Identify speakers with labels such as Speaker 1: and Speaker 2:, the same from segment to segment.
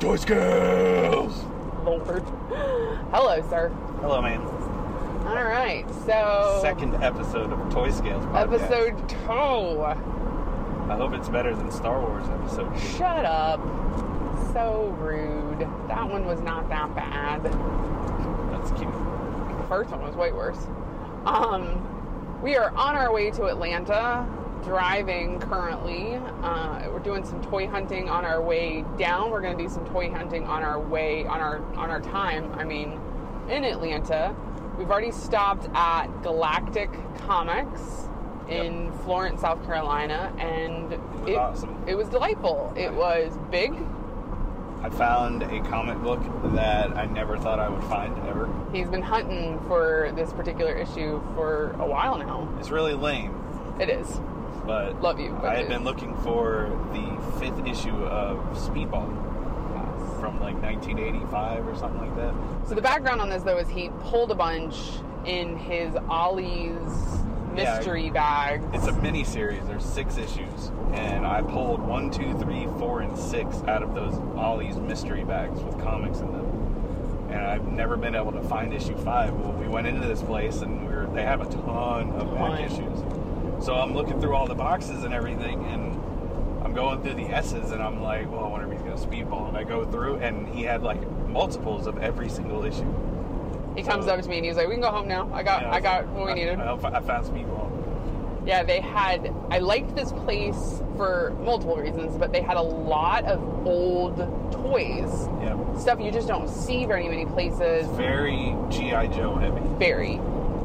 Speaker 1: toy scales.
Speaker 2: Lord. Hello, sir.
Speaker 3: Hello, man.
Speaker 2: All right. So
Speaker 3: Second episode of Toy Scales podcast.
Speaker 2: Oh. episode two.
Speaker 3: I hope it's better than Star Wars episode. two.
Speaker 2: Shut up. So rude. That one was not that bad.
Speaker 3: That's cute.
Speaker 2: The first one was way worse. Um, we are on our way to Atlanta, driving currently. Uh, we're doing some toy hunting on our way down. We're going to do some toy hunting on our way on our on our time. I mean, in Atlanta, we've already stopped at Galactic Comics in Florence, South Carolina, and
Speaker 3: was awesome.
Speaker 2: It was delightful. It was big.
Speaker 3: I found a comic book that I never thought I would find ever.
Speaker 2: He's been hunting for this particular issue for a while now.
Speaker 3: It's really lame,
Speaker 2: It is.
Speaker 3: but
Speaker 2: Love you, but
Speaker 3: I had
Speaker 2: it-
Speaker 3: been looking for the fifth issue of Speedball from like 1985 or something like that.
Speaker 2: So the background on this though is he pulled a bunch in his Ollie's
Speaker 3: Yeah,
Speaker 2: mystery bags.
Speaker 3: It's a mini series. There's six issues, and I pulled one, two, three, four, and six out of those all these mystery bags with comics in them. And I've never been able to find issue five. Well, we went into this place, and we were, they have a ton of
Speaker 2: Ton.
Speaker 3: back issues. So I'm looking through all the boxes and everything, and I'm going through the S's, and I'm like, well, I wonder if he's gonna speedball. And I go through, and he had like multiples of every single issue.
Speaker 2: he comes up to me and he's like, "We can go home now. I got,
Speaker 3: And
Speaker 2: Uh, I
Speaker 3: was
Speaker 2: got
Speaker 3: like, uh,
Speaker 2: what we
Speaker 3: I-
Speaker 2: needed."
Speaker 3: I, I found speedball.
Speaker 2: Yeah, they had. I liked this place for multiple reasons, but they had a lot of old toys,
Speaker 3: Yeah,
Speaker 2: stuff you just don't see very many places.
Speaker 3: very GI Joe heavy.
Speaker 2: Very,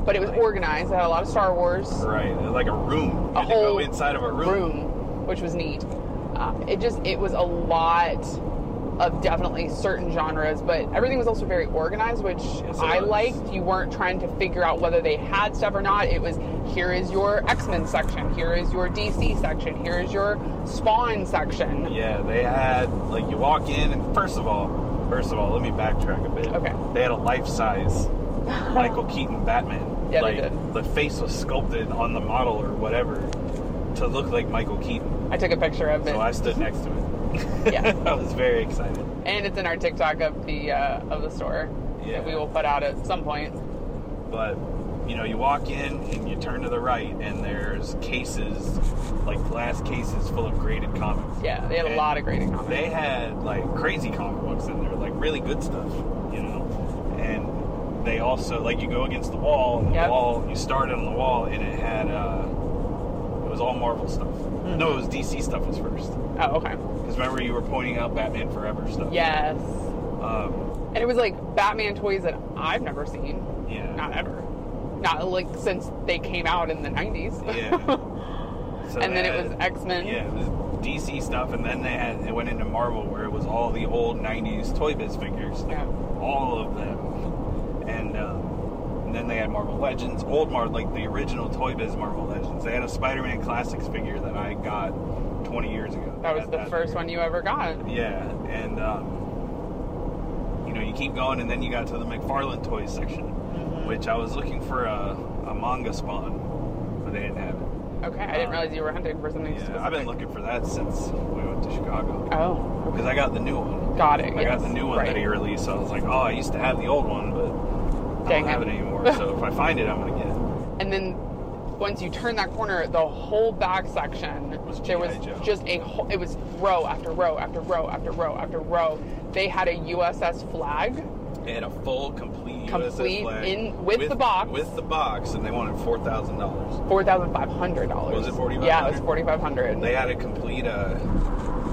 Speaker 2: but it was organized. They had a lot of Star Wars.
Speaker 3: Right, uh, like a room. You
Speaker 2: a
Speaker 3: had to
Speaker 2: whole
Speaker 3: go inside of a room.
Speaker 2: room, which was neat. Uh, it just it was a lot of definitely certain genres, but everything was also very organized, which
Speaker 3: Yes, it
Speaker 2: I
Speaker 3: was.
Speaker 2: liked. You weren't trying to figure out whether they had stuff or not. It was here is your X Men section, here is your DC section, here is your Spawn section.
Speaker 3: Yeah, they had like you walk in, and first of all, first of all, let me backtrack a bit.
Speaker 2: Okay.
Speaker 3: They had a life-size Michael Keaton Batman.
Speaker 2: Yeah,
Speaker 3: like,
Speaker 2: they did.
Speaker 3: The face was sculpted on the model or whatever to look like Michael Keaton.
Speaker 2: I took a picture of it,
Speaker 3: So I stood next to it.
Speaker 2: Yeah.
Speaker 3: I was very excited.
Speaker 2: and it's in our TikTok of the uh, of the store
Speaker 3: Yeah.
Speaker 2: that we will put out at some point.
Speaker 3: but you know you walk in and you turn to the right and there's cases like glass cases full of graded comics
Speaker 2: Yeah, they had a
Speaker 3: And
Speaker 2: lot of great comics.
Speaker 3: they had like crazy comic books in there like really good stuff you know and they also like you go against the wall and the
Speaker 2: Yep.
Speaker 3: wall you started on the wall and it had uh it was all marvel stuff
Speaker 2: Mm-hmm.
Speaker 3: no it was dc stuff was first
Speaker 2: oh, okay.
Speaker 3: because remember you were pointing out batman forever stuff
Speaker 2: Yes.
Speaker 3: um
Speaker 2: And it was like Batman toys that I've never seen.
Speaker 3: yeah
Speaker 2: Not ever. Not like since they came out in the 90s.
Speaker 3: Yeah. So
Speaker 2: And then
Speaker 3: they
Speaker 2: it
Speaker 3: had-
Speaker 2: was X-Men.
Speaker 3: Yeah, it was DC stuff, and then they had it went into Marvel, where it was all the old '90s Toy Biz figures, like
Speaker 2: Yeah.
Speaker 3: all of them, and, um, and then they had Marvel Legends, old Marvel, like the original Toy Biz Marvel Legends. They had a Spider-Man Classics figure that I got 20 years ago.
Speaker 2: that was
Speaker 3: Had
Speaker 2: the first one you ever got.
Speaker 3: yeah, and um, you know, you keep going, and then you got to the McFarlane toys section,
Speaker 2: Mm-hmm.
Speaker 3: which I was looking for a, a manga spawn, but they didn't have it.
Speaker 2: Okay, I didn't
Speaker 3: Um,
Speaker 2: realize you were hunting for something
Speaker 3: Yeah,
Speaker 2: specific.
Speaker 3: I've been looking for that since we went to Chicago
Speaker 2: Oh,
Speaker 3: because I got the new one.
Speaker 2: got it.
Speaker 3: I got
Speaker 2: yes.
Speaker 3: the new one
Speaker 2: right.
Speaker 3: that he released. So I was like, oh, I used to have the old one, but I
Speaker 2: Dang
Speaker 3: don't have it
Speaker 2: it.
Speaker 3: anymore. so if I find it, I'm gonna get it.
Speaker 2: And then once you turn that corner, the whole back section
Speaker 3: Was
Speaker 2: there was
Speaker 3: G.I. Joe.
Speaker 2: just a whole, it was row after row after row after row after row. They had a USS flag.
Speaker 3: They had a full, complete,
Speaker 2: Complete
Speaker 3: USS flag
Speaker 2: in- with the box.
Speaker 3: with the box, and they wanted four thousand dollars.
Speaker 2: Four thousand five hundred dollars.
Speaker 3: Was it $4,500?
Speaker 2: Yeah, it was forty five hundred.
Speaker 3: They had a complete uh,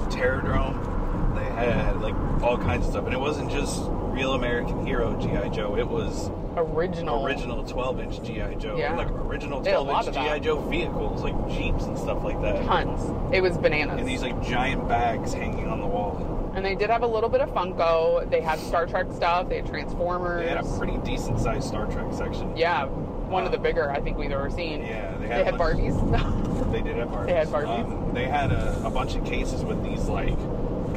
Speaker 3: terradrome. They had like all kinds of stuff, and it wasn't just real American hero GI Joe. It was
Speaker 2: original.
Speaker 3: original 12 inch GI Joe,
Speaker 2: Yeah.
Speaker 3: like original
Speaker 2: They had a
Speaker 3: 12 inch
Speaker 2: lot of that.
Speaker 3: GI Joe vehicles, like jeeps and stuff like that.
Speaker 2: tons. It was bananas.
Speaker 3: And these like giant bags hanging on the wall.
Speaker 2: And they did have a little bit of Funko. They had Star Trek stuff. They had Transformers.
Speaker 3: They had a pretty decent sized Star Trek section.
Speaker 2: yeah, one of the bigger I think we've ever seen.
Speaker 3: Yeah, they
Speaker 2: They
Speaker 3: had
Speaker 2: had,
Speaker 3: like-
Speaker 2: Barbies.
Speaker 3: They did have Barbies.
Speaker 2: They had Barbies.
Speaker 3: Um, they had a, a bunch of cases with these like,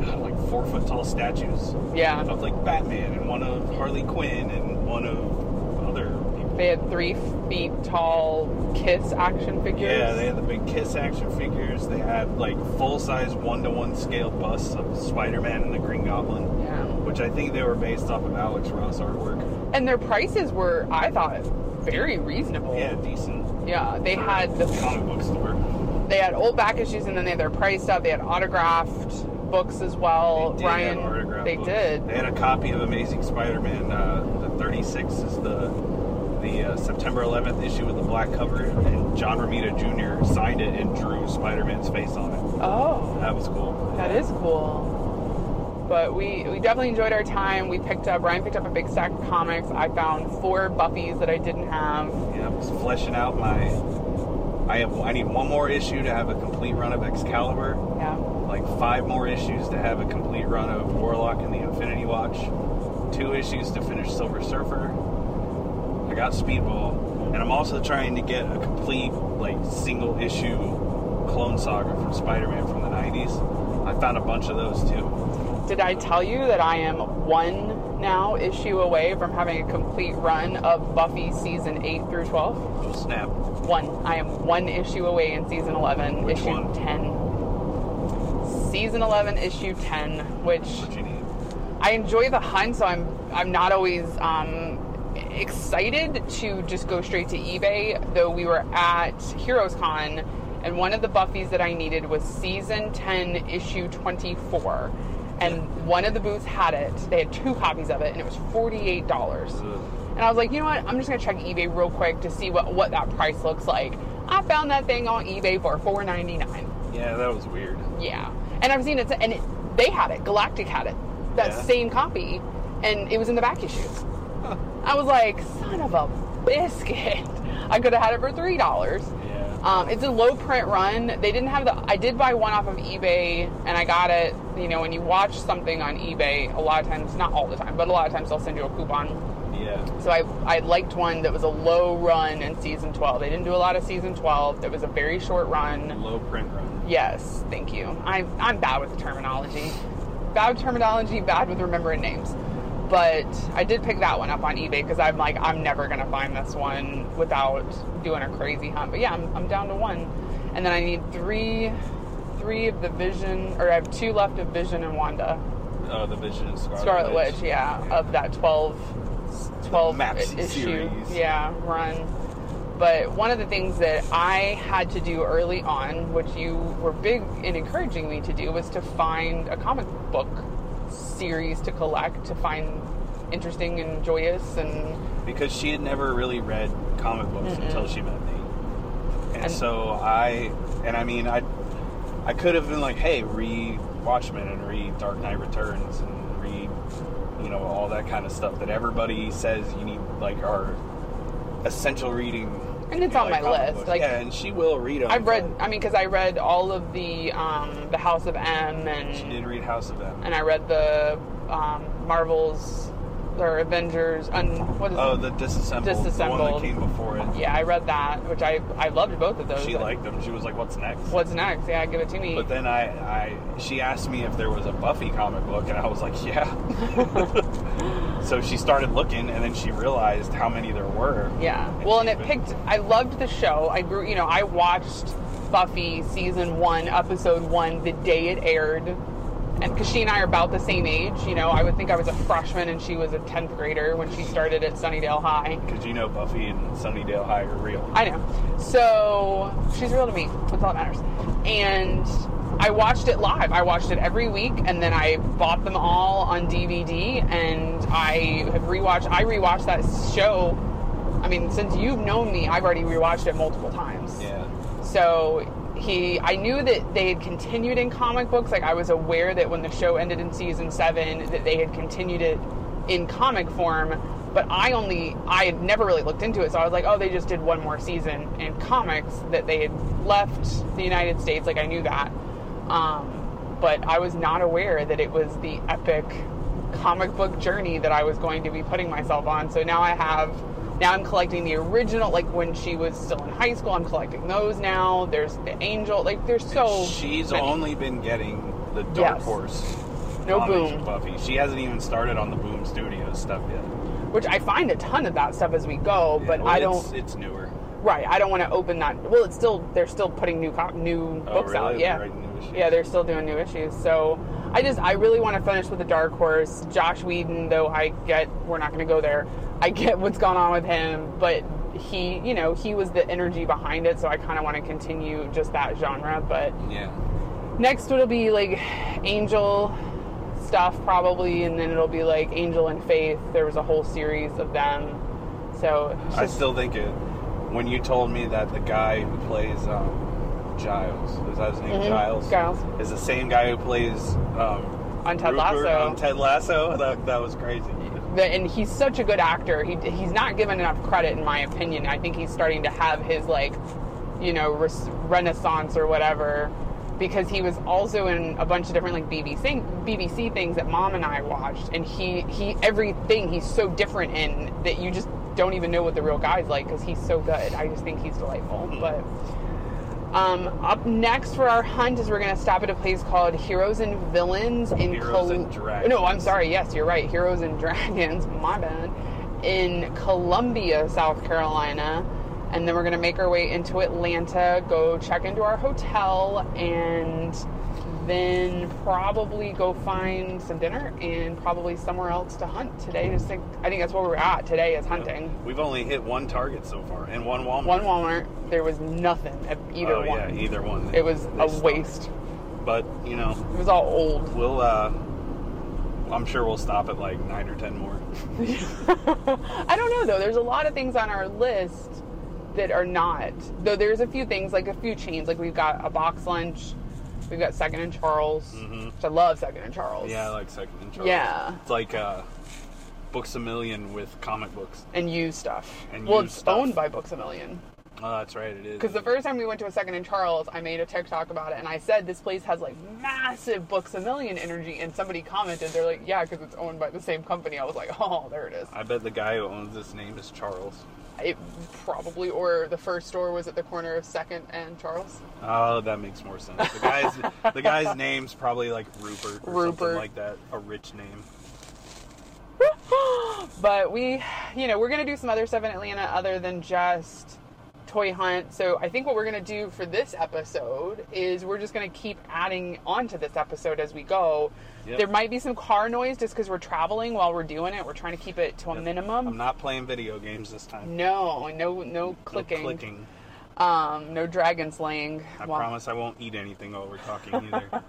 Speaker 3: God, like four foot tall statues
Speaker 2: yeah.
Speaker 3: of like Batman and one of Harley Quinn and one of other people.
Speaker 2: They had three feet tall Kiss action figures.
Speaker 3: Yeah, they had the big Kiss action figures. They had like full size one to one scale busts of Spider Man and the Green Goblin,
Speaker 2: Yeah.
Speaker 3: which I think they were based off of Alex Ross artwork.
Speaker 2: And their prices were, I thought, very reasonable.
Speaker 3: Yeah, decent
Speaker 2: Yeah, they had the,
Speaker 3: comic book store.
Speaker 2: they had old back issues, and then they had their price stuff. They had autographed books as well.
Speaker 3: They did have
Speaker 2: Ryan,
Speaker 3: autograph
Speaker 2: they
Speaker 3: books.
Speaker 2: did.
Speaker 3: They had a copy of Amazing Spider-Man. Uh, the 36 is the the uh, September 11th issue with the black cover, and John Romita Jr. signed it and drew Spider-Man's face on it.
Speaker 2: Oh,
Speaker 3: That was cool.
Speaker 2: that is cool. But we, we definitely enjoyed our time. We picked up, Ryan picked up a big stack of comics. I found four Buffies that I didn't have.
Speaker 3: Yeah, I was fleshing out my. I have. I need one more issue to have a complete run of Excalibur.
Speaker 2: Yeah.
Speaker 3: Like five more issues to have a complete run of Warlock and the Infinity Watch. Two issues to finish Silver Surfer. I got Speedball, and I'm also trying to get a complete like single issue Clone Saga from Spider-Man from the '90s. I found a bunch of those too.
Speaker 2: Did I tell you that I am one now issue away from having a complete run of Buffy season 8 through 12?
Speaker 3: Snap.
Speaker 2: One. I am one issue away in season 11,
Speaker 3: Which
Speaker 2: issue
Speaker 3: one?
Speaker 2: 10. Season 11, issue 10, which
Speaker 3: What you need?
Speaker 2: I enjoy the hunt, so I'm I'm not always um, excited to just go straight to eBay. Though we were at Heroes Con, and one of the Buffies that I needed was season ten, issue twenty four, and one of the booths had it. They had two copies of it, and it was forty eight dollars. And I was like, you know what? I'm just gonna check eBay real quick to see what what that price looks like. I found that thing on eBay for four ninety nine.
Speaker 3: Yeah, that was weird.
Speaker 2: Yeah, and I've seen it, and it, they had it. Galactic had it, that
Speaker 3: Yeah.
Speaker 2: same copy, and it was in the back issues. I was like, son of a biscuit! I could have had it for three dollars.
Speaker 3: Yeah.
Speaker 2: Um, it's a low print run. They didn't have the. I did buy one off of eBay, and I got it. You know, when you watch something on eBay, a lot of times, not all the time, but a lot of times, they'll send you a coupon.
Speaker 3: yeah.
Speaker 2: So I, I liked one that was a low run in season 12. They didn't do a lot of season 12. It was a very short run.
Speaker 3: Low print run.
Speaker 2: Yes, thank you. I'm, I'm bad with the terminology. Bad with terminology, bad with remembering names. But I did pick that one up on eBay because I'm like, I'm never going to find this one without doing a crazy hunt. But yeah, I'm, I'm down to one. And then I need three three of the Vision, or I have two left of Vision and Wanda.
Speaker 3: Oh, the Vision and Scarlet,
Speaker 2: Scarlet Witch, yeah, of that 12, 12
Speaker 3: maxi
Speaker 2: issue,
Speaker 3: series.
Speaker 2: yeah, run. But one of the things that I had to do early on, which you were big in encouraging me to do, was to find a comic book series to collect to find interesting and joyous and
Speaker 3: because she had never really read comic books until she met me. And,
Speaker 2: And-
Speaker 3: so I, and I mean, I, I could have been like, hey, read Watchmen and read Dark Knight Returns and read, you know, all that kind of stuff that everybody says you need, like, are essential reading.
Speaker 2: And it's
Speaker 3: you know,
Speaker 2: on my
Speaker 3: comic
Speaker 2: list,
Speaker 3: books.
Speaker 2: like-
Speaker 3: yeah, and she will read them.
Speaker 2: I've read. I mean, because I read all of the um, the House of M and
Speaker 3: She did read House of M.
Speaker 2: and I read the um, Marvels or Avengers. Un, what is
Speaker 3: Oh,
Speaker 2: it?
Speaker 3: the disassembled, the one
Speaker 2: Disassembled.
Speaker 3: that came before it.
Speaker 2: Yeah, I read that, which I I loved both of those.
Speaker 3: She liked them. She was like, "What's next?"
Speaker 2: What's next? Yeah, give it to me.
Speaker 3: But then I, I, she asked me if there was a Buffy comic book, and I was like, yeah. so she started looking, and then she realized how many there were.
Speaker 2: yeah. Well, and it
Speaker 3: But-
Speaker 2: picked. I loved the show. I grew. You know, I watched Buffy season one, episode one, the day it aired, and because she and I are about the same age. You know, I would think I was a freshman and she was a tenth grader when she started at Sunnydale High.
Speaker 3: Because you know Buffy and Sunnydale High are real.
Speaker 2: I know. So she's real to me. That's all that matters. And I watched it live. I watched it every week, and then I bought them all on DVD. And I have rewatched. I rewatched that show. I mean, since you've known me, I've already rewatched it multiple times.
Speaker 3: Yeah.
Speaker 2: So he, I knew that they had continued in comic books. Like I was aware that when the show ended in season seven, that they had continued it in comic form. But I only, I had never really looked into it. So I was like, oh, they just did one more season in comics that they had left the United States. Like I knew that. Um, but I was not aware that it was the epic comic book journey that I was going to be putting myself on. So now I have, now I'm collecting the original, like when she was still in high school, I'm collecting those now. There's the angel, like there's so.
Speaker 3: She's
Speaker 2: many.
Speaker 3: only been getting the Dark
Speaker 2: Oh. Yes.
Speaker 3: Horse.
Speaker 2: No
Speaker 3: comics
Speaker 2: Boom.
Speaker 3: with Buffy. She hasn't even started on the Boom Studios stuff yet.
Speaker 2: which I find a ton of that stuff as we go,
Speaker 3: Yeah,
Speaker 2: but
Speaker 3: well,
Speaker 2: I
Speaker 3: it's-
Speaker 2: don't.
Speaker 3: It's newer.
Speaker 2: Right, I don't want to open that. Well, it's still they're still putting new co- new
Speaker 3: Oh,
Speaker 2: books
Speaker 3: really?
Speaker 2: out.
Speaker 3: They're
Speaker 2: Yeah,
Speaker 3: writing new issues?
Speaker 2: yeah, they're still doing new issues. So I just I really want to finish with the Dark Horse, Josh Whedon. Though I get we're not going to go there. I get what's gone on with him, but he, you know, he was the energy behind it. So I kind of want to continue just that genre, but.
Speaker 3: Yeah.
Speaker 2: Next it'll be like Angel stuff probably, and then it'll be like Angel and Faith. There was a whole series of them. So it's
Speaker 3: I
Speaker 2: just-
Speaker 3: still think it. When you told me that the guy who plays um, Giles, is that his name?
Speaker 2: Mhm,
Speaker 3: Giles.
Speaker 2: Giles.
Speaker 3: Is the same guy who plays um,
Speaker 2: On Ted
Speaker 3: Rupert
Speaker 2: Lasso.
Speaker 3: On Ted Lasso. That, that was crazy.
Speaker 2: the- and he's such a good actor. He he's not given enough credit in my opinion. I think he's starting to have his like, you know, res- renaissance or whatever. Because he was also in a bunch of different like BBC BBC things that Mom and I watched, and he he everything he's so different in that you just don't even know what the real guy's like because he's so good. I just think he's delightful. But um, up next for our hunt is we're gonna stop at a place called Heroes and Villains in
Speaker 3: Heroes
Speaker 2: Col-
Speaker 3: and Dragons.
Speaker 2: No, I'm sorry. Yes, you're right. Heroes and Dragons. My bad. In Columbia, South Carolina, and then we're gonna make our way into Atlanta. Go check into our hotel and. Then probably go find some dinner and probably somewhere else to hunt today. Just think, I think that's where we're at today is hunting.
Speaker 3: We've only hit one target so far, and one Walmart.
Speaker 2: One Walmart, there was nothing at either
Speaker 3: Oh,
Speaker 2: one.
Speaker 3: Yeah, either one.
Speaker 2: It was
Speaker 3: They
Speaker 2: a
Speaker 3: suck.
Speaker 2: waste.
Speaker 3: But you know,
Speaker 2: It was all old.
Speaker 3: we'll. uh I'm sure we'll stop at like nine or ten more.
Speaker 2: I don't know though. There's a lot of things on our list that are not. Though there's a few things like a few chains. Like we've got a box lunch. We've got Second and Charles, which I love Second and Charles.
Speaker 3: Mm-hmm. Yeah, I like second and Charles.
Speaker 2: Yeah.
Speaker 3: It's like uh, Books a Million with comic books.
Speaker 2: and you stuff.
Speaker 3: And
Speaker 2: well,
Speaker 3: used
Speaker 2: it's
Speaker 3: stuff.
Speaker 2: owned by Books a Million.
Speaker 3: Oh, that's right, it is.
Speaker 2: Because the first time we went to a Second and Charles, I made a TikTok about it, and I said this place has like massive Books a Million energy, and somebody commented, they're like, yeah, because it's owned by the same company. I was like, oh, there it is.
Speaker 3: I bet the guy who owns this name is Charles.
Speaker 2: It probably, or the first store was at the corner of Second and Charles.
Speaker 3: Oh, that makes more sense. The guy's the guy's name's probably like Rupert or something
Speaker 2: Rupert.
Speaker 3: like that. A rich name.
Speaker 2: but we, you know, we're gonna do some other stuff in Atlanta other than just toy hunt. So I think what we're gonna do for this episode is we're just gonna keep adding on to this episode as we go.
Speaker 3: Yep.
Speaker 2: There might be some car noise just because we're traveling while we're doing it. We're trying to keep it to a minimum.
Speaker 3: I'm not playing video games this time.
Speaker 2: no, no, no
Speaker 3: No
Speaker 2: clicking.
Speaker 3: clicking.
Speaker 2: Um, no dragon slaying.
Speaker 3: I
Speaker 2: while-
Speaker 3: promise I won't eat anything while we're talking either.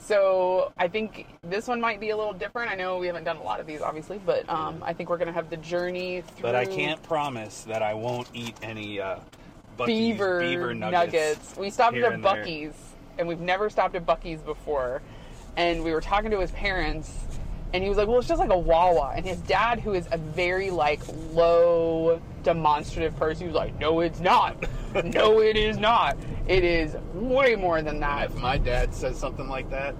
Speaker 2: So I think this one might be a little different. I know we haven't done a lot of these, obviously, but um, I think we're gonna have the journey. Through
Speaker 3: Mm. but I can't promise that I won't eat any uh, Bucky's
Speaker 2: beaver,
Speaker 3: beaver
Speaker 2: nuggets.
Speaker 3: nuggets.
Speaker 2: We stopped
Speaker 3: here
Speaker 2: at a
Speaker 3: and there.
Speaker 2: Bucky's, and we've never stopped at Bucky's before. And we were talking to his parents, and he was like, "Well, it's just like a Wawa." And his dad, who is a very like low, demonstrative person, he was like, "No, it's not. no, it is not. It is way more than that."
Speaker 3: If my dad says something like that,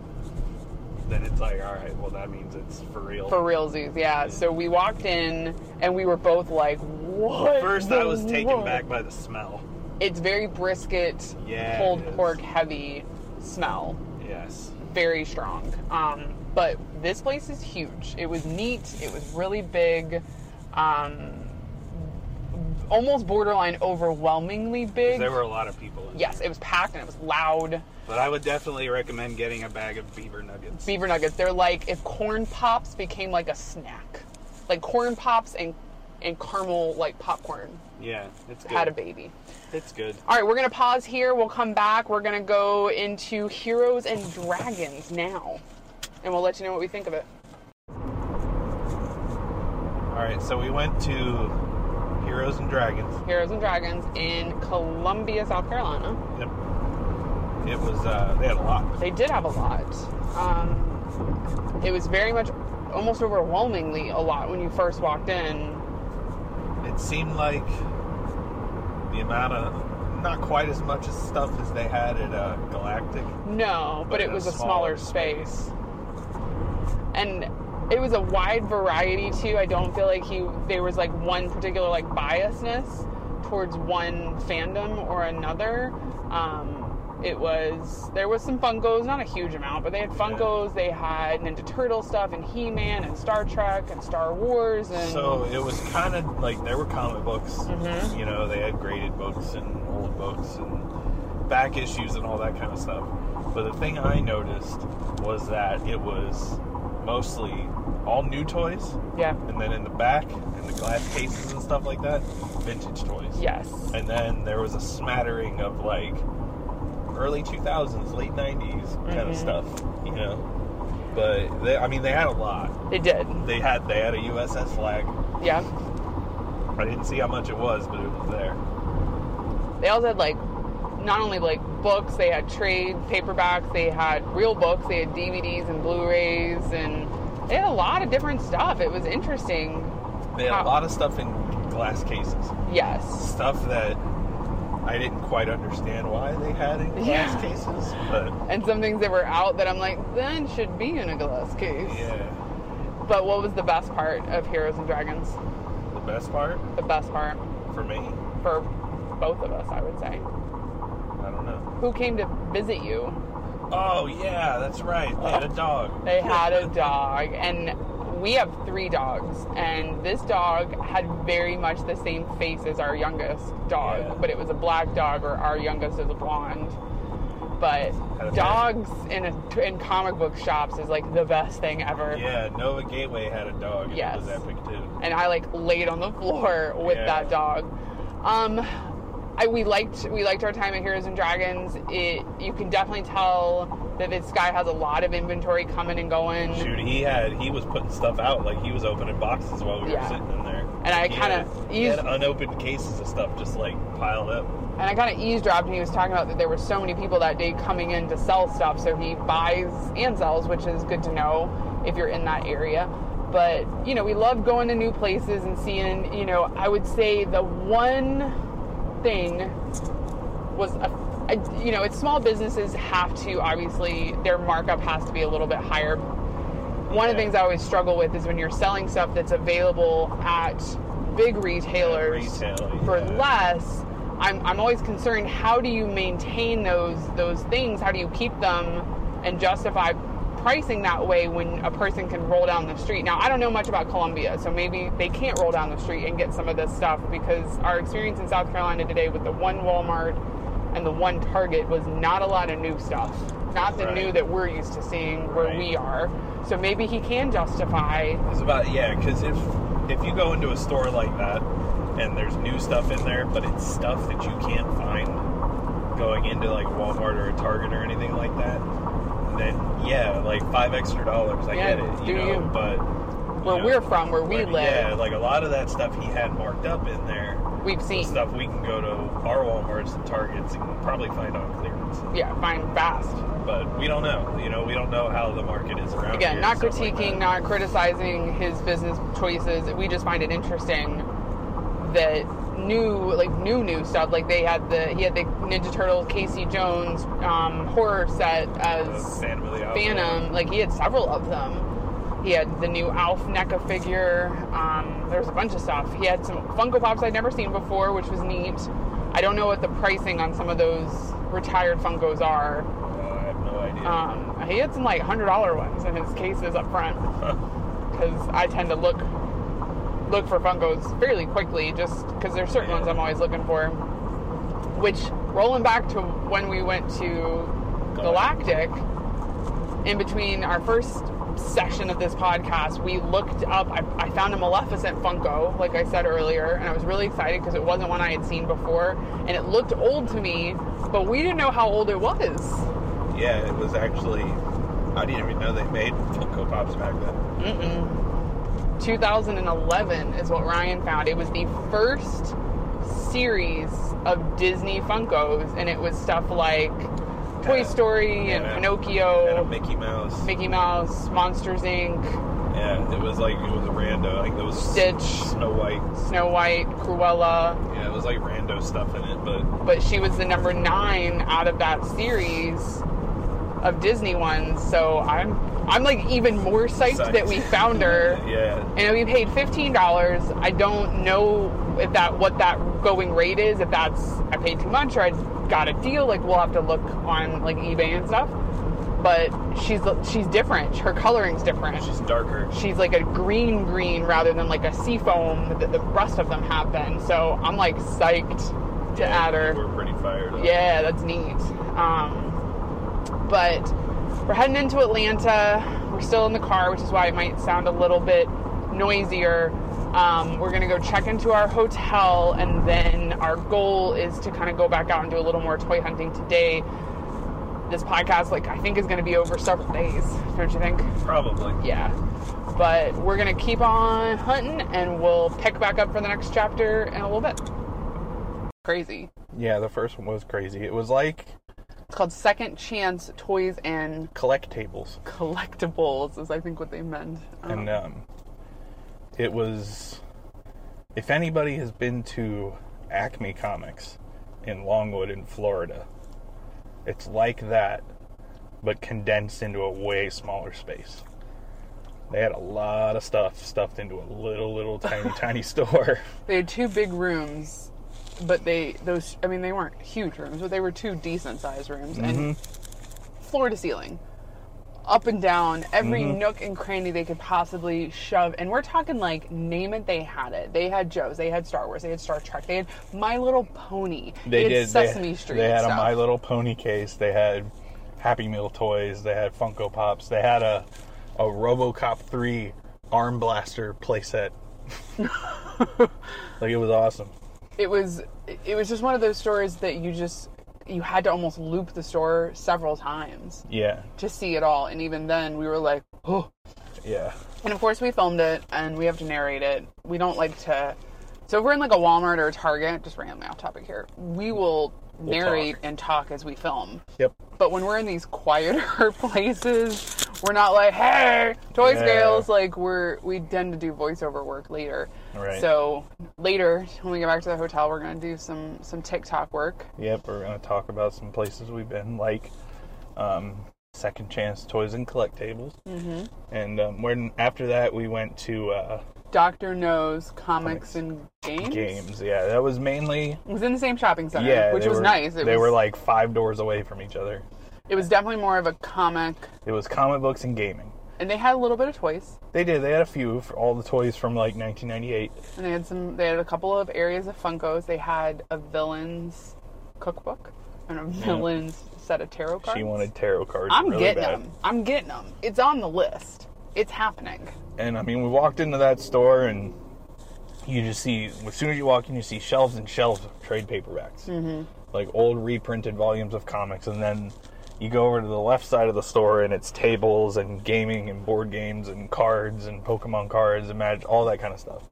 Speaker 3: then it's like, all right, well that means it's for real.
Speaker 2: For realsies, yeah. So we walked in, and we were both like, "What?"
Speaker 3: First,
Speaker 2: the
Speaker 3: I was taken
Speaker 2: world?"
Speaker 3: back by the smell.
Speaker 2: It's very brisket,
Speaker 3: Yeah,
Speaker 2: pulled
Speaker 3: it is.
Speaker 2: pork heavy smell.
Speaker 3: Yes.
Speaker 2: very strong. Um, but this place is huge. It was neat. It was really big. Um, almost borderline overwhelmingly big.
Speaker 3: There were a lot of people in
Speaker 2: yes,
Speaker 3: there.
Speaker 2: it was packed and it was loud.
Speaker 3: But I would definitely recommend getting a bag of beaver nuggets.
Speaker 2: Beaver nuggets. They're like if corn pops became like a snack, like corn pops and and caramel like popcorn
Speaker 3: Yeah, it's good.
Speaker 2: had a baby.
Speaker 3: It's good.
Speaker 2: All right, we're gonna pause here. We'll come back. We're gonna go into Heroes and Dragons now, and we'll let you know what we think of it.
Speaker 3: All right, so we went to Heroes and Dragons.
Speaker 2: Heroes and Dragons in Columbia, South Carolina.
Speaker 3: Yep. It was, uh, they had a lot.
Speaker 2: They did have a lot. Um, it was very much, almost overwhelmingly, a lot when you first walked in.
Speaker 3: It seemed like the amount of, not quite as much as stuff as they had at uh, Galactic.
Speaker 2: No, but,
Speaker 3: But
Speaker 2: it
Speaker 3: in
Speaker 2: was
Speaker 3: a
Speaker 2: a smaller,
Speaker 3: smaller
Speaker 2: space. And it was a wide variety too. I don't feel like he there was like one particular like biasness towards one fandom or another. Um, It was there was some Funkos, not a huge amount, but they had Funkos. They had Ninja Turtle stuff and He Man and Star Trek and Star Wars and
Speaker 3: So it was kind of like there were comic books,
Speaker 2: Mhm.
Speaker 3: you know, they had graded books and old books and back issues and all that kind of stuff. But the thing I noticed was that it was mostly all new toys,
Speaker 2: yeah,
Speaker 3: and then in the back, in the glass cases and stuff like that, vintage toys.
Speaker 2: yes,
Speaker 3: And then there was a smattering of like early 2000s, late 90s kind
Speaker 2: Mhm.
Speaker 3: of stuff, you know. But they, I mean, they had a lot.
Speaker 2: they did.
Speaker 3: They had they had a USS flag.
Speaker 2: Yeah,
Speaker 3: I didn't see how much it was, but it was there.
Speaker 2: they also had like not only like books, they had trade paperbacks, they had real books, they had DVDs and Blu-rays, and they had a lot of different stuff. It was interesting.
Speaker 3: They had
Speaker 2: Huh.
Speaker 3: a lot of stuff in glass cases.
Speaker 2: Yes.
Speaker 3: Stuff that I didn't quite understand why they had in glass
Speaker 2: Yeah.
Speaker 3: cases, but
Speaker 2: And some things that were out that I'm like, then should be in a glass case.
Speaker 3: yeah.
Speaker 2: But what was the best part of Heroes and Dragons?
Speaker 3: The best part
Speaker 2: The best part
Speaker 3: for me, I
Speaker 2: for both of us, I would say.
Speaker 3: don't know.
Speaker 2: Who came to visit you?
Speaker 3: Oh yeah, that's right. They had a dog.
Speaker 2: They had a dog, and we have three dogs, and this dog had very much the same face as our youngest dog,
Speaker 3: Yeah.
Speaker 2: but it was a black dog, or our youngest is a blonde. But
Speaker 3: Had a
Speaker 2: dogs in a, in comic book shops is like the best thing ever.
Speaker 3: Yeah, Nova Gateway had a dog. And
Speaker 2: Yes.
Speaker 3: It was epic too.
Speaker 2: and I like laid on the floor with
Speaker 3: Yeah.
Speaker 2: that dog. Um, I we liked we liked our time at Heroes and Dragons. It you can definitely tell that this guy has a lot of inventory coming and going.
Speaker 3: Shoot, he had he was putting stuff out like he was opening boxes while we
Speaker 2: Yeah.
Speaker 3: were sitting in there.
Speaker 2: And
Speaker 3: He
Speaker 2: I kinda
Speaker 3: had- he had
Speaker 2: eased-
Speaker 3: unopened cases of stuff just like piled up.
Speaker 2: And I kind of eavesdropped, and he was talking about that there were so many people that day coming in to sell stuff. So he buys and sells, which is good to know if you're in that area. But you know, we love going to new places and seeing. You know, I would say the one thing was a, I- you know it's small businesses have to obviously their markup has to be a little bit higher one of the
Speaker 3: Yeah.
Speaker 2: things i always struggle with is when you're selling stuff that's available at big retailers
Speaker 3: Retail,
Speaker 2: for
Speaker 3: yeah.
Speaker 2: less I'm, I'm always concerned how do you maintain those those things how do you keep them and justify pricing that way when a person can roll down the street now i don't know much about columbia so maybe they can't roll down the street and get some of this stuff because our experience in south carolina today with the one walmart and the one target was not a lot of new stuff not the
Speaker 3: Right.
Speaker 2: new that we're used to seeing where
Speaker 3: Right.
Speaker 2: we are so maybe he can justify
Speaker 3: It's about yeah, because if if you go into a store like that and there's new stuff in there, but it's stuff that you can't find going into like Walmart or a Target or anything like that, then yeah, like five extra dollars, I
Speaker 2: Yeah,
Speaker 3: get it,
Speaker 2: do
Speaker 3: you know.
Speaker 2: you.
Speaker 3: But you
Speaker 2: where
Speaker 3: know,
Speaker 2: we're from where we
Speaker 3: where- yeah,
Speaker 2: live
Speaker 3: like a lot of that stuff he had marked up in there.
Speaker 2: we've seen
Speaker 3: Stuff we can go to our WalMarts and Targets and probably find on clearance,
Speaker 2: yeah fine fast
Speaker 3: but we don't know. You know, we don't know how the market is around.
Speaker 2: again
Speaker 3: here,
Speaker 2: not
Speaker 3: stuff like
Speaker 2: critiquing
Speaker 3: that.
Speaker 2: not criticizing his business choices we just find it interesting that new like new new stuff like they had the he had the ninja turtle casey jones um, horror set as
Speaker 3: Phantom of the Opera.
Speaker 2: phantom like he had several of them he had the new alf NECA figure um, there was a bunch of stuff he had some funko pops i'd never seen before which was neat i don't know what the pricing on some of those retired funkos are
Speaker 3: Uh, I have no idea.
Speaker 2: um, he had some like hundred dollar ones in his cases up front because I tend to look look for Funkos fairly quickly, just because there's certain ones I'm always looking for. Which rolling back to when we went to Galactic, in between our first session of this podcast, we looked up. I, I found a Maleficent Funko, like I said earlier, and I was really excited because it wasn't one I had seen before, and it looked old to me, but we didn't know how old it was.
Speaker 3: Yeah, it was actually. I didn't even know they made Funko Pops back then.
Speaker 2: 2011 is what Ryan found. It was the first series of Disney Funkos, and it was stuff like Toy
Speaker 3: Yeah.
Speaker 2: Story
Speaker 3: Yeah,
Speaker 2: and
Speaker 3: man. And a
Speaker 2: Pinocchio,
Speaker 3: Mickey Mouse.
Speaker 2: Mickey Mouse, Monsters Inc.,
Speaker 3: Yeah, it was like it was a rando. Like it was
Speaker 2: Stitch.
Speaker 3: Snow White.
Speaker 2: Snow White, Cruella.
Speaker 3: Yeah, it was like rando stuff in it, but
Speaker 2: But she was the number nine out of that series of Disney ones. So I'm I'm like even more psyched,
Speaker 3: Psyched.
Speaker 2: that we found her.
Speaker 3: yeah,
Speaker 2: and we paid fifteen dollars. I don't know if that what that going rate is. If that's I paid too much or I got a deal. Like we'll have to look on like eBay and stuff. But she's she's different. Her coloring's different.
Speaker 3: She's darker.
Speaker 2: She's like a green green rather than like a seafoam that the rest of them have been. So I'm like psyched to add her.
Speaker 3: We're pretty fired up.
Speaker 2: Yeah, that's neat. Um, but we're heading into Atlanta. We're still in the car, which is why it might sound a little bit noisier. Um, we're gonna go check into our hotel, and then our goal is to kind of go back out and do a little more toy hunting today. This podcast, like I think, is gonna be over several days, don't you think?
Speaker 3: Probably.
Speaker 2: Yeah. But we're gonna keep on hunting, and we'll pick back up for the next chapter in a little bit. Crazy.
Speaker 3: Yeah, the first one was crazy. It was like
Speaker 2: It's called Second Chance Toys and
Speaker 3: collect tables.
Speaker 2: Collectibles, is I think what they meant. Um,
Speaker 3: And um, it was. If anybody has been to Acme Comics in Longwood, in Florida, it's like that, but condensed into a way smaller space. They had a lot of stuff stuffed into a little, little, tiny, tiny store.
Speaker 2: They had two big rooms, but they those I mean they weren't huge rooms, but they were two decent sized rooms and
Speaker 3: Mm-hmm.
Speaker 2: floor to ceiling. Up and down, every nook and cranny they could possibly shove. And we're talking like, name it, they had it. They had Joe's, they had Star Wars, they had Star Trek, they had My Little Pony,
Speaker 3: They
Speaker 2: had
Speaker 3: did. they-
Speaker 2: Sesame Street.
Speaker 3: They had
Speaker 2: stuff.
Speaker 3: a My Little Pony case. They had Happy Meal toys. They had Funko Pops. They had a a RoboCop three arm blaster playset. like it was awesome.
Speaker 2: it was it was just one of those stores that you just you had to almost loop the store several times
Speaker 3: Yeah,
Speaker 2: to see it all and even then we were like oh
Speaker 3: yeah.
Speaker 2: and of course we filmed it and we have to narrate it we don't like to so if we're in like a walmart or a target just randomly off topic here we will narrate
Speaker 3: talk.
Speaker 2: and talk as we film
Speaker 3: Yep.
Speaker 2: but when we're in these quieter places we're not like hey toy
Speaker 3: Yeah.
Speaker 2: scales like we're we tend to do voiceover work later
Speaker 3: Right.
Speaker 2: so later when we get back to the hotel we're gonna do some some tiktok work
Speaker 3: Yep. We're gonna talk about some places we've been, like um, Second Chance Toys and Collectables. Mm-hmm. And um, when after that we went to uh,
Speaker 2: dr knows comics and games
Speaker 3: games. Yeah, that was mainly.
Speaker 2: it was in the same shopping center
Speaker 3: Yeah,
Speaker 2: which
Speaker 3: they
Speaker 2: was
Speaker 3: were-
Speaker 2: nice it
Speaker 3: they
Speaker 2: was
Speaker 3: were like five doors away from each other.
Speaker 2: it was definitely more of a comic
Speaker 3: It was comic books and gaming.
Speaker 2: and they had a little bit of toys
Speaker 3: They did. They had a few for all the toys from like 1998.
Speaker 2: and they had some they had a couple of areas of funkos they had a villains cookbook and a villains set of tarot cards
Speaker 3: She wanted tarot cards.
Speaker 2: i'm
Speaker 3: really
Speaker 2: getting
Speaker 3: bad.
Speaker 2: them i'm getting them it's on the list it's happening
Speaker 3: And I mean, we walked into that store and you just see, as soon as you walk in, you see shelves and shelves of trade paperbacks, mm-hmm. like old reprinted volumes of comics. And then you go over to the left side of the store and it's tables and gaming and board games and cards and Pokemon cards and magic, all that kind of stuff.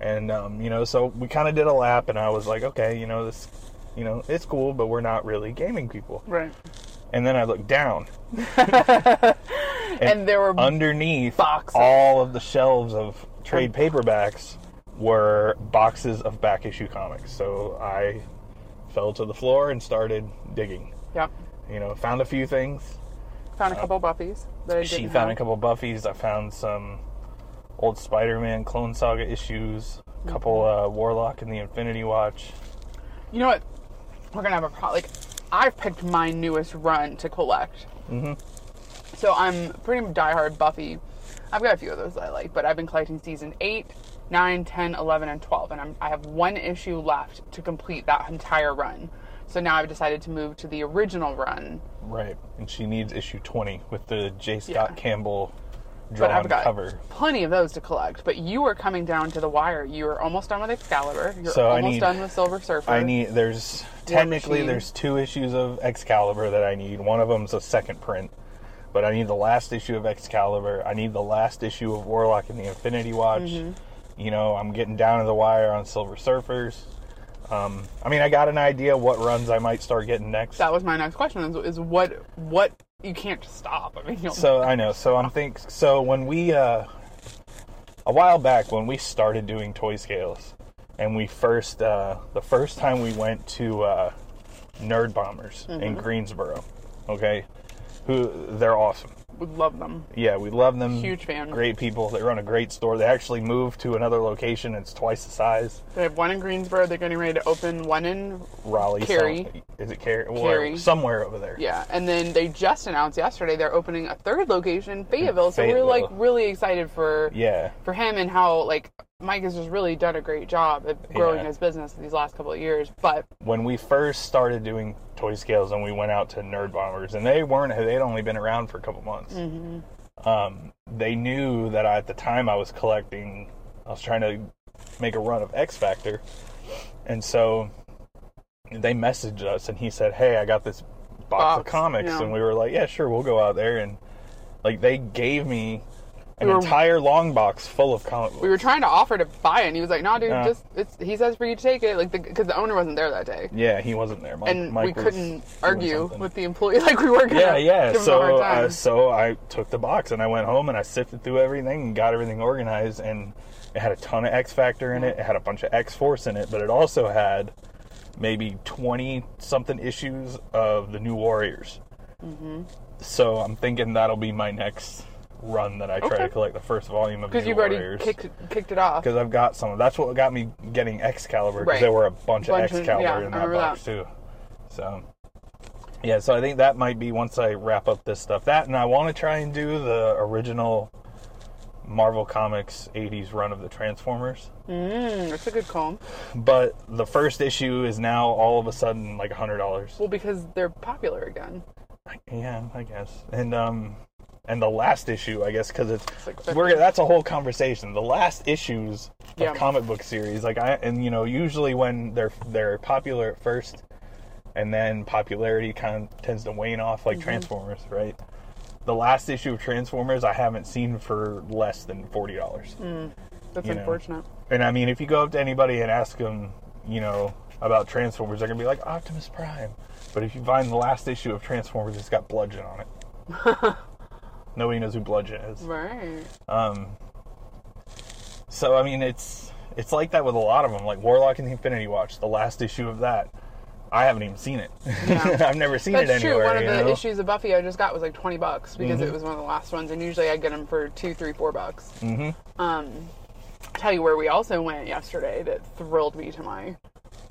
Speaker 3: And um, you know, so we kind of did a lap, and I was like, okay, you know, this, you know, it's cool, but we're not really gaming people.
Speaker 2: right
Speaker 3: and then I looked down
Speaker 2: and there were
Speaker 3: underneath
Speaker 2: Boxes.
Speaker 3: all of the shelves of trade paperbacks were boxes of back issue comics. So I fell to the floor and started digging.
Speaker 2: yep
Speaker 3: You know, found a few things.
Speaker 2: found a couple buffies that I didn't
Speaker 3: She found a
Speaker 2: have.
Speaker 3: couple Buffys. I found some old Spider-Man Clone Saga issues.
Speaker 2: Mm-hmm.
Speaker 3: A couple uh, Warlock and the Infinity Watch.
Speaker 2: You know what? We're gonna have a problem. Like, I've picked my newest run to collect. Mm-hmm. So I'm pretty diehard Buffy. I've got a few of those that I like, but I've been collecting season 8, 9, 10, 11, and 12, and I'm, I have one issue left to complete that entire run. So now I've decided to move to the original run,
Speaker 3: Right. And she needs issue 20 with the J. Scott
Speaker 2: Yeah.
Speaker 3: Campbell
Speaker 2: but
Speaker 3: drawn
Speaker 2: I've got
Speaker 3: cover.
Speaker 2: plenty of those to collect. But you are coming down to the wire. You are almost done with Excalibur. You're
Speaker 3: So I
Speaker 2: almost
Speaker 3: need-
Speaker 2: done with Silver Surfer.
Speaker 3: I need. There's technically
Speaker 2: Machine.
Speaker 3: there's two issues of Excalibur that I need. One of them's a second print, but I need the last issue of Excalibur. I need the last issue of Warlock and the Infinity Watch. You know, I'm getting down to the wire on Silver Surfers. Um, I mean, I got an idea what runs I might start getting next.
Speaker 2: That was my next question: is, is what what you can't just stop. I mean, you'll,
Speaker 3: So I know. So I'm think. So when we uh, a while back when we started doing toy scales, and we first uh, the first time we went to uh,
Speaker 2: Mm-hmm.
Speaker 3: Nerd Bombers in Greensboro, okay, who they're awesome.
Speaker 2: Would love them.
Speaker 3: Yeah, we love them.
Speaker 2: Huge fan.
Speaker 3: Great people. They run a great store. They actually moved to another location. It's twice the size.
Speaker 2: They have one in Greensboro. They're getting ready to open one in
Speaker 3: Raleigh. South-
Speaker 2: Cary.
Speaker 3: is it Cary? Well,
Speaker 2: Cary.
Speaker 3: Somewhere over there.
Speaker 2: yeah, and then they just announced yesterday they're opening a third location in Fayetteville. So
Speaker 3: Fayetteville.
Speaker 2: we're like really excited for
Speaker 3: Yeah.
Speaker 2: for him and how like Mike has just really done a great job at growing
Speaker 3: Yeah.
Speaker 2: his business these last couple of years. But
Speaker 3: When we first started doing toy scales and we went out to Nerd Bombers, and they weren't, they'd only been around for a couple months.
Speaker 2: Mm-hmm.
Speaker 3: Um, they knew that I, at the time I was collecting, I was trying to make a run of X Factor. And so they messaged us and he said, Hey, I got this box, of
Speaker 2: Box,
Speaker 3: comics.
Speaker 2: yeah.
Speaker 3: And we were like, Yeah, sure, we'll go out there. And like they gave me an
Speaker 2: We were-
Speaker 3: entire long box full of comic books.
Speaker 2: we were trying to offer to buy it, and he was like, "No, dude,
Speaker 3: Yeah.
Speaker 2: just it's." He says for you to take it, like because the owner wasn't there that day.
Speaker 3: Yeah, he wasn't there. Mike,
Speaker 2: and
Speaker 3: Mike
Speaker 2: we
Speaker 3: was doing
Speaker 2: couldn't argue
Speaker 3: something.
Speaker 2: with the employee like we were gonna
Speaker 3: Yeah, yeah.
Speaker 2: give him a hard
Speaker 3: So,
Speaker 2: time.
Speaker 3: uh, so I took the box and I went home and I sifted through everything and got everything organized. And it had a ton of X Factor in it. It had a bunch of X Force in it, but it also had maybe twenty something issues of the New Warriors.
Speaker 2: Mm-hmm.
Speaker 3: So I'm thinking that'll be my next run that I try
Speaker 2: Okay.
Speaker 3: to collect the first volume of
Speaker 2: because
Speaker 3: New
Speaker 2: you've
Speaker 3: Warriors.
Speaker 2: already kicked kicked it off.
Speaker 3: because I've got some. That's what got me getting Excalibur because
Speaker 2: Right.
Speaker 3: there were a bunch,
Speaker 2: Bunch
Speaker 3: of
Speaker 2: of-
Speaker 3: Excalibur
Speaker 2: yeah,
Speaker 3: in
Speaker 2: I
Speaker 3: that
Speaker 2: remember
Speaker 3: box too. So yeah, so I think that might be once I wrap up this stuff. That and I want to try and do the original Marvel Comics '80s run of the Transformers.
Speaker 2: Mm, that's a good call.
Speaker 3: But the first issue is now all of a sudden like hundred dollars.
Speaker 2: Well, because they're popular again.
Speaker 3: Yeah, I guess. And um, and the last issue, I guess, because it's
Speaker 2: like fifty.
Speaker 3: we're that's a whole conversation. The last issues of
Speaker 2: Yeah.
Speaker 3: comic book series, like I and you know, usually when they're they're popular at first, and then popularity kind of tends to wane off,
Speaker 2: Mm-hmm.
Speaker 3: like Transformers, right? The last issue of Transformers I haven't seen for less than forty dollars.
Speaker 2: That's
Speaker 3: You know.
Speaker 2: unfortunate.
Speaker 3: And I mean, if you go up to anybody and ask them, you know, about Transformers, they're gonna be like Optimus Prime. But if you find the last issue of Transformers, it's got Bludgeon on it. Nobody knows who Bludgeon is.
Speaker 2: Right.
Speaker 3: Um, so I mean, it's it's like that with a lot of them. Like Warlock and the Infinity Watch, the last issue of that, I haven't even seen it.
Speaker 2: Yeah.
Speaker 3: I've never seen
Speaker 2: That's
Speaker 3: it anywhere.
Speaker 2: true. One of
Speaker 3: you
Speaker 2: the
Speaker 3: know? Mm-hmm.
Speaker 2: issues of Buffy I just got was like twenty bucks because it was one of the last ones, and usually I get them for two, three, four bucks. Mm-hmm. Um, tell you where we also went yesterday that thrilled me to my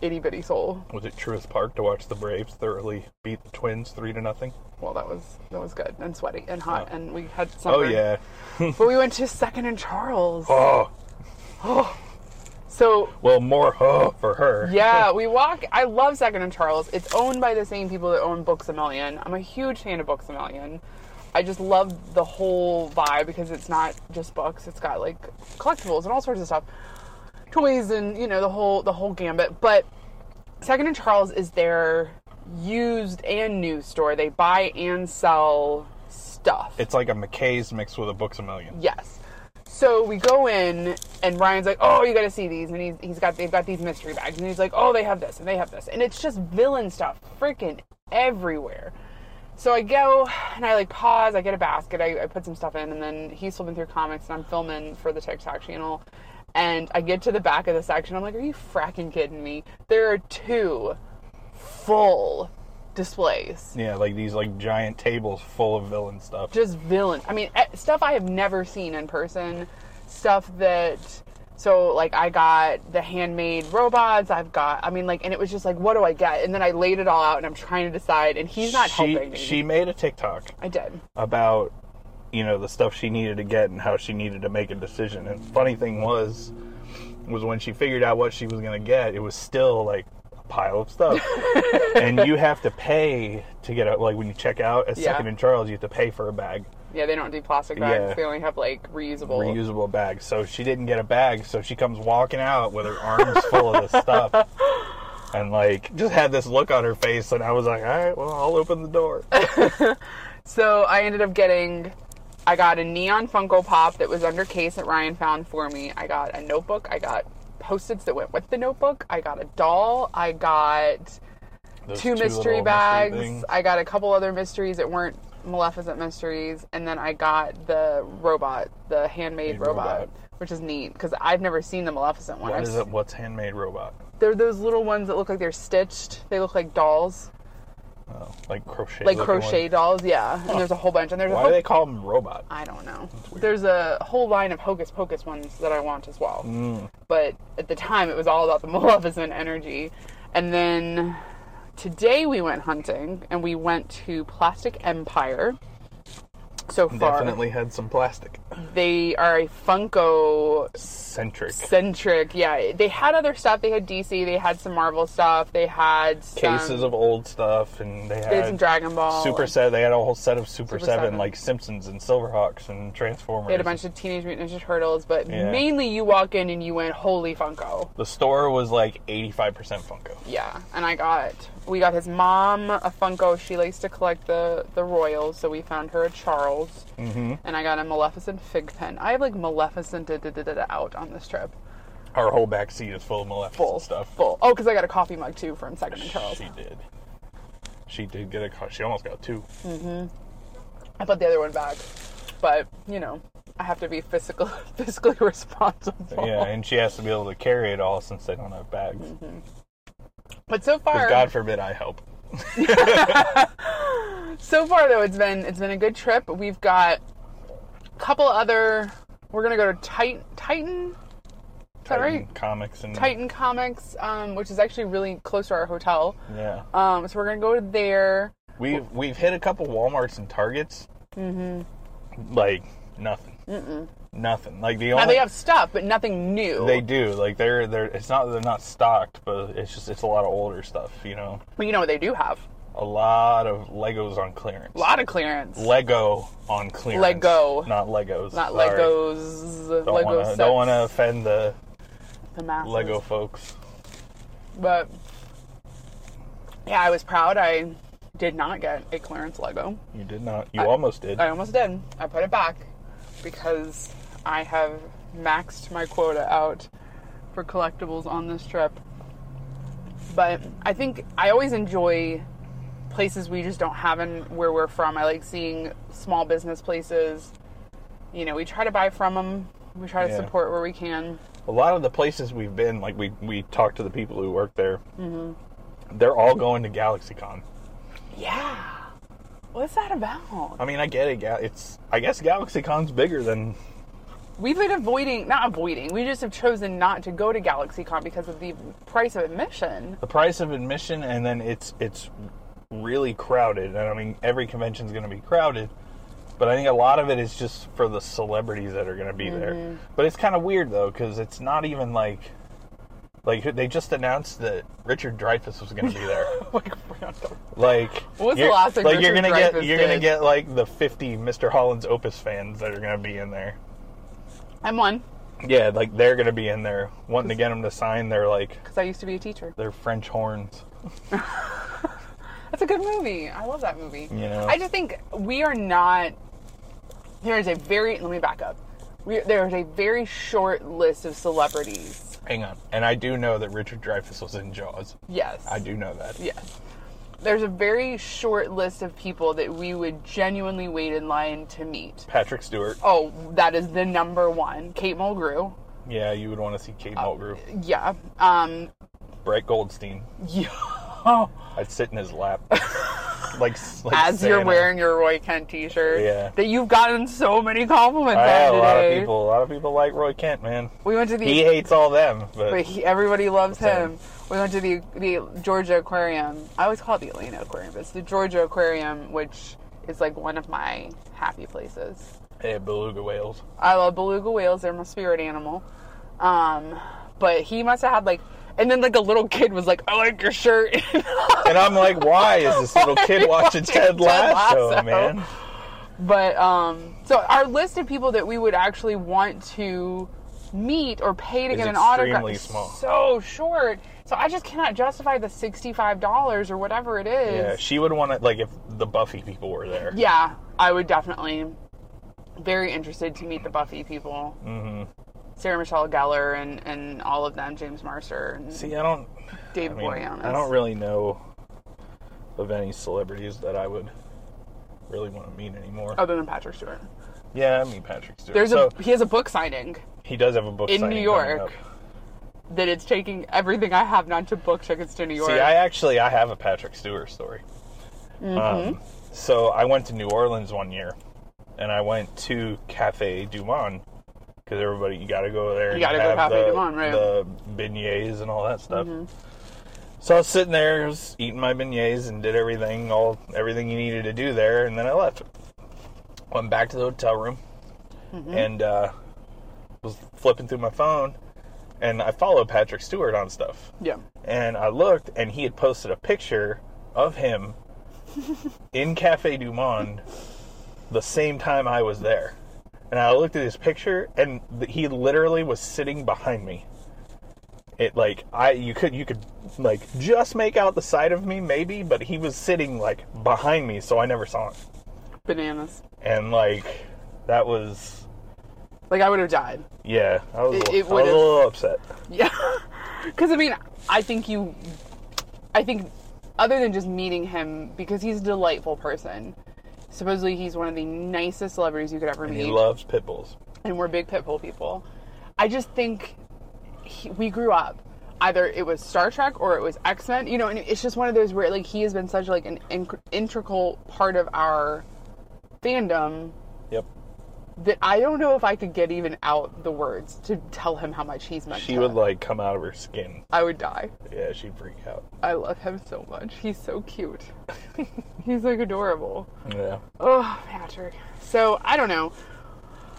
Speaker 2: itty bitty soul.
Speaker 3: Was it Truist Park to watch the Braves thoroughly beat the Twins three to nothing?
Speaker 2: Well, that was that was good and sweaty and hot,
Speaker 3: Oh.
Speaker 2: and we had
Speaker 3: Oh
Speaker 2: summer.
Speaker 3: yeah.
Speaker 2: But we went to Second and Charles.
Speaker 3: Oh
Speaker 2: So
Speaker 3: well, more oh for her.
Speaker 2: yeah, we walk. I love Second and Charles. It's owned by the same people that own Books a Million. I'm a huge fan of Books a Million. I just love the whole vibe because it's not just books. It's got like collectibles and all sorts of stuff, toys and you know the whole the whole gambit. But Second and Charles is their used and new store. They buy and sell stuff.
Speaker 3: It's like a McKay's mixed with a Books a Million.
Speaker 2: Yes. So we go in, and Ryan's like, "Oh, you got to see these," and he's, he's got they've got these mystery bags, and he's like, "Oh, they have this, and they have this," and it's just villain stuff, freaking everywhere. So I go and I like pause. I get a basket. I, I put some stuff in, and then he's flipping through comics, and I'm filming for the TikTok channel. And I get to the back of the section. I'm like, "Are you fracking kidding me?" There are two full displays,
Speaker 3: Yeah, like these like giant tables full of villain stuff.
Speaker 2: just villain. I mean, eh, stuff I have never seen in person. Stuff that so like I got the handmade robots. I've got. I mean, like, and it was just like, what do I get? And then I laid it all out, and I'm trying to decide. And he's not
Speaker 3: she,
Speaker 2: helping me.
Speaker 3: She made a TikTok
Speaker 2: I did.
Speaker 3: about you know the stuff she needed to get and how she needed to make a decision. And funny thing was, was when she figured out what she was gonna get, it was still like a pile of stuff, and you have to pay to get a Like when you check out at
Speaker 2: Yeah.
Speaker 3: Second and Charles, you have to pay for a bag,
Speaker 2: Yeah, they don't do plastic bags.
Speaker 3: Yeah.
Speaker 2: They only have like reusable.
Speaker 3: reusable bag. So she didn't get a bag. So she comes walking out with her arms full of this stuff. And like, just had this look on her face, and I was like, "All right, well, I'll open the door."
Speaker 2: So I ended up getting. I got a neon Funko Pop that was under case that Ryan found for me. I got a notebook. I got post-its that went with the notebook. I got a doll. I got
Speaker 3: Those
Speaker 2: two,
Speaker 3: little
Speaker 2: mystery bags.
Speaker 3: things.
Speaker 2: I got a couple other mysteries that weren't Maleficent mysteries, and then I got the robot, the handmade
Speaker 3: Made
Speaker 2: robot,
Speaker 3: robot.
Speaker 2: which is neat because I've never seen the Maleficent one.
Speaker 3: What
Speaker 2: I've
Speaker 3: is it? What's handmade robot?
Speaker 2: They're those little ones that look like they're stitched. They look like dolls.
Speaker 3: Oh, like crochet.
Speaker 2: like
Speaker 3: looking
Speaker 2: crochet
Speaker 3: one.
Speaker 2: dolls. Yeah, and there's a whole bunch, and there's a
Speaker 3: Why
Speaker 2: whole
Speaker 3: do they call them robot?
Speaker 2: I don't know. There's a whole line of Hocus Pocus ones that I want as well.
Speaker 3: Mm.
Speaker 2: But at the time, it was all about the Maleficent energy. And then today we went hunting and we went to Plastic Empire. So far,
Speaker 3: Definitely had some plastic.
Speaker 2: they are a Funko
Speaker 3: Centric.
Speaker 2: centric. Yeah, they had other stuff. They had DC, they had some Marvel stuff, they had some,
Speaker 3: Cases of old stuff, and they
Speaker 2: they had some
Speaker 3: had
Speaker 2: Dragon Ball.
Speaker 3: Super Seven. They had a whole set of Super,
Speaker 2: Super
Speaker 3: Seven,
Speaker 2: Seven.
Speaker 3: like Simpsons and Silverhawks and Transformers.
Speaker 2: They had a bunch of Teenage Mutant Ninja Turtles, but
Speaker 3: Yeah.
Speaker 2: mainly you walk in and you went, holy Funko.
Speaker 3: the store was like eighty-five percent Funko.
Speaker 2: Yeah, and I got we got his mom a Funko. She likes to collect the the Royals, so we found her a Charles, mm-hmm. and I got a Maleficent fig pen. I have like Maleficent da, da, da, da, da out on this trip.
Speaker 3: Our whole back seat is full of Maleficent
Speaker 2: Full
Speaker 3: stuff.
Speaker 2: Full. Oh, because I got a coffee mug too from Second and Charles.
Speaker 3: She did. She did get a. co- She almost got two.
Speaker 2: I put the other one back, but you know I have to be physical fiscally responsible.
Speaker 3: Yeah, and she has to be able to carry it all since they don't have bags.
Speaker 2: Mhm. But so far,
Speaker 3: God forbid I help.
Speaker 2: so far though it's been it's been a good trip we've got a couple other we're gonna go to titan titan is that right
Speaker 3: Comics and
Speaker 2: titan comics um, which is actually really close to our hotel
Speaker 3: Yeah.
Speaker 2: um, so we're gonna go there
Speaker 3: We've we've hit a couple WalMarts and Targets. Mm-hmm. Like nothing. Mm-mm. Nothing. Like the only
Speaker 2: now they have stuff but nothing new
Speaker 3: they do. Like they're they're it's not that they're not stocked, but it's just it's a lot of older stuff. You know,
Speaker 2: but you know what they do have
Speaker 3: a lot of Legos on clearance.
Speaker 2: a lot of clearance
Speaker 3: Lego on clearance.
Speaker 2: Lego.
Speaker 3: Not Legos.
Speaker 2: not
Speaker 3: sorry.
Speaker 2: legos
Speaker 3: Don't
Speaker 2: lego
Speaker 3: wanna,
Speaker 2: sets,
Speaker 3: Don't want to offend the
Speaker 2: the masses.
Speaker 3: Lego folks.
Speaker 2: but yeah i was proud i did not get a clearance lego
Speaker 3: You did not. You almost did.
Speaker 2: I almost did. I put it back because I have maxed my quota out for collectibles on this trip. But I think I always enjoy places we just don't have in where we're from. I like seeing small business places. You know, we try to buy from them. We try to
Speaker 3: Yeah.
Speaker 2: support where we can.
Speaker 3: a lot of the places we've been, like we we talked to the people who work there.
Speaker 2: Mm-hmm.
Speaker 3: They're all going to GalaxyCon.
Speaker 2: Yeah. What's that about?
Speaker 3: I mean, I get it. Ga- It's I guess GalaxyCon's bigger than
Speaker 2: We've been avoiding, not avoiding, we just have chosen not to go to GalaxyCon because of the price of admission.
Speaker 3: the price of admission, and then it's it's really crowded. And I mean, every convention's going to be crowded, but I think a lot of it is just for the celebrities that are going to be
Speaker 2: Mm-hmm.
Speaker 3: there. But it's kind of weird though, because it's not even like like they just announced that Richard Dreyfuss was going to be there. Like
Speaker 2: What was the
Speaker 3: you're-
Speaker 2: last thing
Speaker 3: like you're
Speaker 2: Richard
Speaker 3: gonna
Speaker 2: Dreyfuss
Speaker 3: get you're gonna
Speaker 2: did?
Speaker 3: get like the 50 Mr. Holland's Opus fans that are gonna be in there.
Speaker 2: I'm one.
Speaker 3: Yeah, like they're gonna be in there wanting to get them to sign their like
Speaker 2: because I used to be a teacher.
Speaker 3: their French horns.
Speaker 2: That's a good movie. I love that movie.
Speaker 3: Yeah.
Speaker 2: I just think we are not. There is a very. Let me back up. We, there is a very short list of celebrities.
Speaker 3: Hang on, and I do know that Richard Dreyfuss was in Jaws.
Speaker 2: Yes.
Speaker 3: I do know that.
Speaker 2: Yes. There's a very short list of people that we would genuinely wait in line to meet.
Speaker 3: Patrick Stewart.
Speaker 2: Oh, that is the number one. Kate Mulgrew.
Speaker 3: Yeah, you would want to see Kate Mulgrew.
Speaker 2: Uh, Yeah. Um,
Speaker 3: Brett Goldstein.
Speaker 2: yeah.
Speaker 3: I'd sit in his lap, like s- like
Speaker 2: As you're
Speaker 3: Santa.
Speaker 2: wearing your Roy Kent t-shirt.
Speaker 3: Yeah.
Speaker 2: That you've gotten so many compliments
Speaker 3: I
Speaker 2: on
Speaker 3: had a
Speaker 2: today.
Speaker 3: lot of people. A lot of people like Roy Kent, man.
Speaker 2: We went to the
Speaker 3: He hates all them, but,
Speaker 2: but he, everybody loves
Speaker 3: Same.
Speaker 2: him. We went to the the Georgia Aquarium. I always call it the Atlanta Aquarium, but it's the Georgia Aquarium, which is like one of my happy places.
Speaker 3: hey, beluga whales.
Speaker 2: I love beluga whales; they're my spirit animal. Um, but he must have had like, and then like a little kid was like, "I like your shirt."
Speaker 3: And I'm like, why is this little kid watching Ted Lasso,
Speaker 2: Lasso?
Speaker 3: man?
Speaker 2: but um, so our list of people that we would actually want to meet or pay to
Speaker 3: Is
Speaker 2: get an autograph
Speaker 3: extremely
Speaker 2: is
Speaker 3: small.
Speaker 2: so short. So I just cannot justify the sixty-five dollars or whatever it is.
Speaker 3: Yeah, she would want to like if the Buffy people were there.
Speaker 2: Yeah, I would definitely. Very interested to meet the Buffy people. Mm-hmm. Sarah Michelle Gellar and, and all of them, James Marcer and
Speaker 3: See, I don't, I,
Speaker 2: David
Speaker 3: mean,
Speaker 2: Boreanaz.
Speaker 3: I don't really know of any celebrities that I would really want to meet anymore.
Speaker 2: other than Patrick Stewart.
Speaker 3: Yeah, I mean Patrick Stewart.
Speaker 2: Oh. There's
Speaker 3: so
Speaker 2: a he has a book signing
Speaker 3: he does have a book
Speaker 2: in
Speaker 3: signing
Speaker 2: New
Speaker 3: coming
Speaker 2: York
Speaker 3: up.
Speaker 2: that it's taking everything I have not to book tickets to New York.
Speaker 3: See, I actually I have a Patrick Stewart story.
Speaker 2: Mm-hmm.
Speaker 3: Um, so I went to New Orleans one year, and I went to Cafe Du Monde because everybody you got to go there. and
Speaker 2: gotta go
Speaker 3: have
Speaker 2: Cafe
Speaker 3: the,
Speaker 2: Du Monde, right. Mm-hmm.
Speaker 3: The beignets and all that stuff. So I was sitting there, was eating my beignets, and did everything all everything you needed to do there, and then I left. Went back to the hotel room,
Speaker 2: Mm-hmm.
Speaker 3: and uh, was flipping through my phone, and I follow Patrick Stewart on stuff
Speaker 2: Yeah.
Speaker 3: and I looked, and he had posted a picture of him in Cafe Du Monde the same time I was there. And I looked at his picture, and th- he literally was sitting behind me. It like I you could you could like just make out the side of me maybe, but he was sitting like behind me, so I never saw him.
Speaker 2: Bananas.
Speaker 3: And like that was
Speaker 2: Like I would have died.
Speaker 3: yeah, I was,
Speaker 2: It-
Speaker 3: a
Speaker 2: it
Speaker 3: little- I was a
Speaker 2: would've-
Speaker 3: little upset.
Speaker 2: Yeah. Because, I mean, I think you. I think, other than just meeting him, because he's a delightful person, supposedly he's one of the nicest celebrities you could ever
Speaker 3: And
Speaker 2: meet.
Speaker 3: he loves pit bulls.
Speaker 2: and we're big Pitbull people. I just think he, we grew up. Either it was Star Trek or it was X Men, you know, and it's just one of those where like he has been such like an in- integral part of our fandom
Speaker 3: Yep.
Speaker 2: that I don't know if I could get even out the words to tell him how much he's meant.
Speaker 3: She
Speaker 2: to
Speaker 3: would
Speaker 2: us.
Speaker 3: like come out of her skin.
Speaker 2: I would die.
Speaker 3: Yeah, she'd freak out.
Speaker 2: I love him so much. He's so cute. he's like adorable.
Speaker 3: Yeah.
Speaker 2: Oh, Patrick. So I don't know.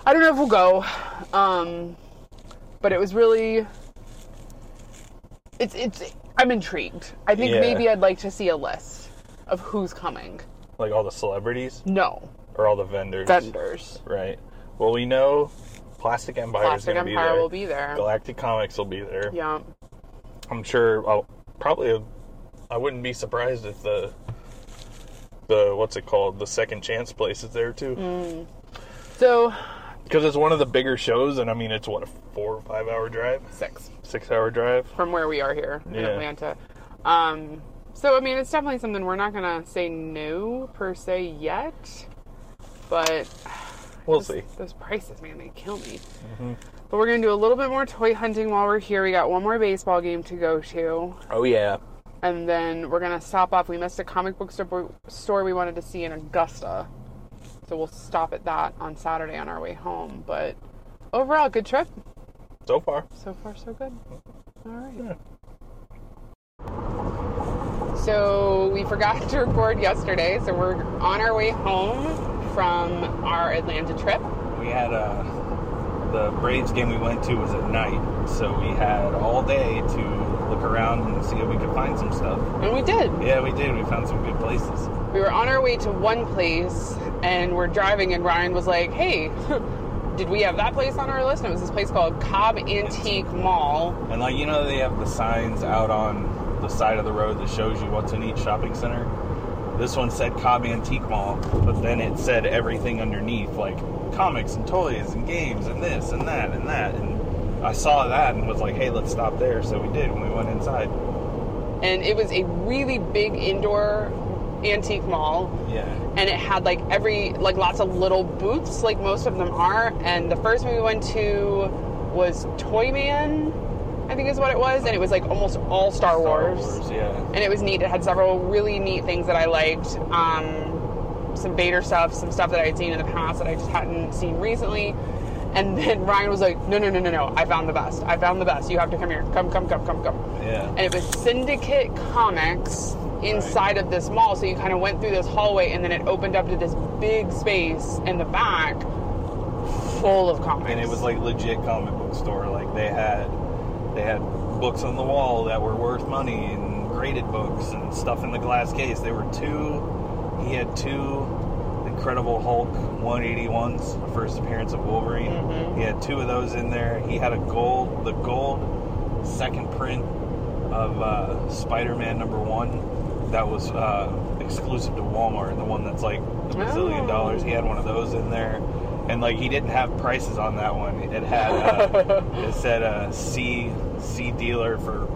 Speaker 2: I don't know if we'll go. Um, but it was really. It's it's. I'm intrigued. I think
Speaker 3: Yeah.
Speaker 2: maybe I'd like to see a list of who's coming.
Speaker 3: Like all the celebrities
Speaker 2: No
Speaker 3: or all the vendors.
Speaker 2: vendors.
Speaker 3: Right. Well, we know Plastic Empire is
Speaker 2: Plastic
Speaker 3: going to be there.
Speaker 2: Empire will be there.
Speaker 3: Galactic Comics will be there.
Speaker 2: Yeah.
Speaker 3: I'm sure. I'll probably. uh, I wouldn't be surprised if the the what's it called the second chance place is there too
Speaker 2: Mm. So
Speaker 3: because it's one of the bigger shows and i mean it's what a four or five hour drive
Speaker 2: six
Speaker 3: six hour drive
Speaker 2: from where we are here in
Speaker 3: Yeah.
Speaker 2: Atlanta. Um, so I mean, it's definitely something we're not gonna say no per se yet, but
Speaker 3: we'll
Speaker 2: Those-
Speaker 3: see Mm-hmm.
Speaker 2: Those prices, man, they kill me. But we're going to do a little bit more toy hunting while we're here. We got one more baseball game to go to.
Speaker 3: oh yeah
Speaker 2: And then we're going to stop off. We missed a comic book sto- store we wanted to see in Augusta. So we'll stop at that on Saturday on our way home. But overall, good trip.
Speaker 3: so far
Speaker 2: So far, so good.
Speaker 3: Mm-hmm.
Speaker 2: All right. So we forgot to record yesterday. So we're on our way home from our Atlanta trip.
Speaker 3: we had uh, the Braves game we went to was at night, so we had all day to look around and see if we could find some stuff.
Speaker 2: And we did.
Speaker 3: Yeah, we did. We found some good places.
Speaker 2: we were on our way to one place and we're driving and ryan was like hey did we have that place on our list and it was this place called cobb antique mall
Speaker 3: And like you know, they have the signs out on the side of the road that shows you what's in each shopping center. This one said Cobb Antique Mall, but then it said everything underneath, like comics and toys and games and this and that and that. And I saw that and was like, "Hey, let's stop there." So we did, and we went inside.
Speaker 2: and it was a really big indoor antique mall
Speaker 3: Yeah.
Speaker 2: and it had like every like lots of little booths like most of them are and the first one we went to was toy man i think is what it was and it was like almost all star, wars.
Speaker 3: Yeah.
Speaker 2: and it was neat. It had several really neat things that I liked. Um, some Vader stuff, some stuff that I had seen in the past that I just hadn't seen recently. And then Ryan was like, "No, no, no, no, no! I found the best. I found the best. You have to come here. Come, come, come, come, come."
Speaker 3: Yeah.
Speaker 2: And it was Syndicate Comics inside of this mall. So you kind of went through this hallway, and then it opened up to this big space in the back, full of comics.
Speaker 3: and it was like legit comic book store. Like they had they had books on the wall that were worth money and graded books and stuff in the glass case. There were two. He had two Incredible Hulk 181s, the first appearance of Wolverine. He had two of those in there. He had a gold, the gold second print of uh, Spider-Man number one that was uh, exclusive to Walmart. The one that's like a bazillion
Speaker 2: Oh.
Speaker 3: dollars. He had one of those in there, and like he didn't have prices on that one. It had uh, it said uh, C C dealer for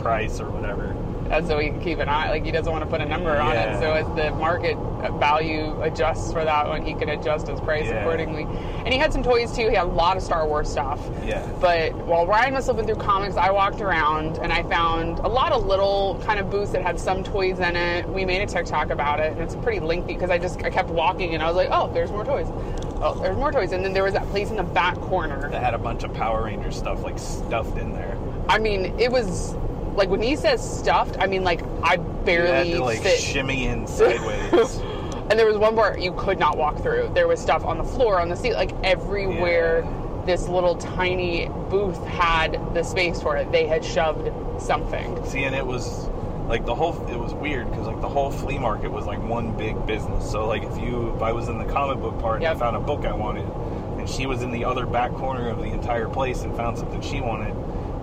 Speaker 3: price or whatever.
Speaker 2: That's so he can keep an eye. Like he doesn't want to put a number on
Speaker 3: Yeah.
Speaker 2: it. So as the market uh, value adjusts for that one, he can adjust his price
Speaker 3: Yeah.
Speaker 2: accordingly. And he had some toys too. He had a lot of Star Wars stuff.
Speaker 3: Yeah.
Speaker 2: But while Ryan was flipping through comics, I walked around and I found a lot of little kind of booths that had some toys in it. We made a TikTok about it, and it's pretty lengthy because I just I kept walking and I was like, oh, there's more toys. Oh, there's more toys. And then there was that place in the back corner.
Speaker 3: That had a bunch of Power Ranger stuff like stuffed in there.
Speaker 2: I mean, it was like when he says stuffed, I mean like I
Speaker 3: You had
Speaker 2: barely
Speaker 3: to like
Speaker 2: fit.
Speaker 3: shimmy in sideways.
Speaker 2: and there was one part you could not walk through. There was stuff on the floor, on the seat, like everywhere. This little tiny booth had the space for it. They had shoved something.
Speaker 3: See, and it was like the whole it was weird because like the whole flea market was like one big business. So like if you if I was in the comic book part
Speaker 2: Yep.
Speaker 3: and I found a book I wanted, and she was in the other back corner of the entire place and found something she wanted,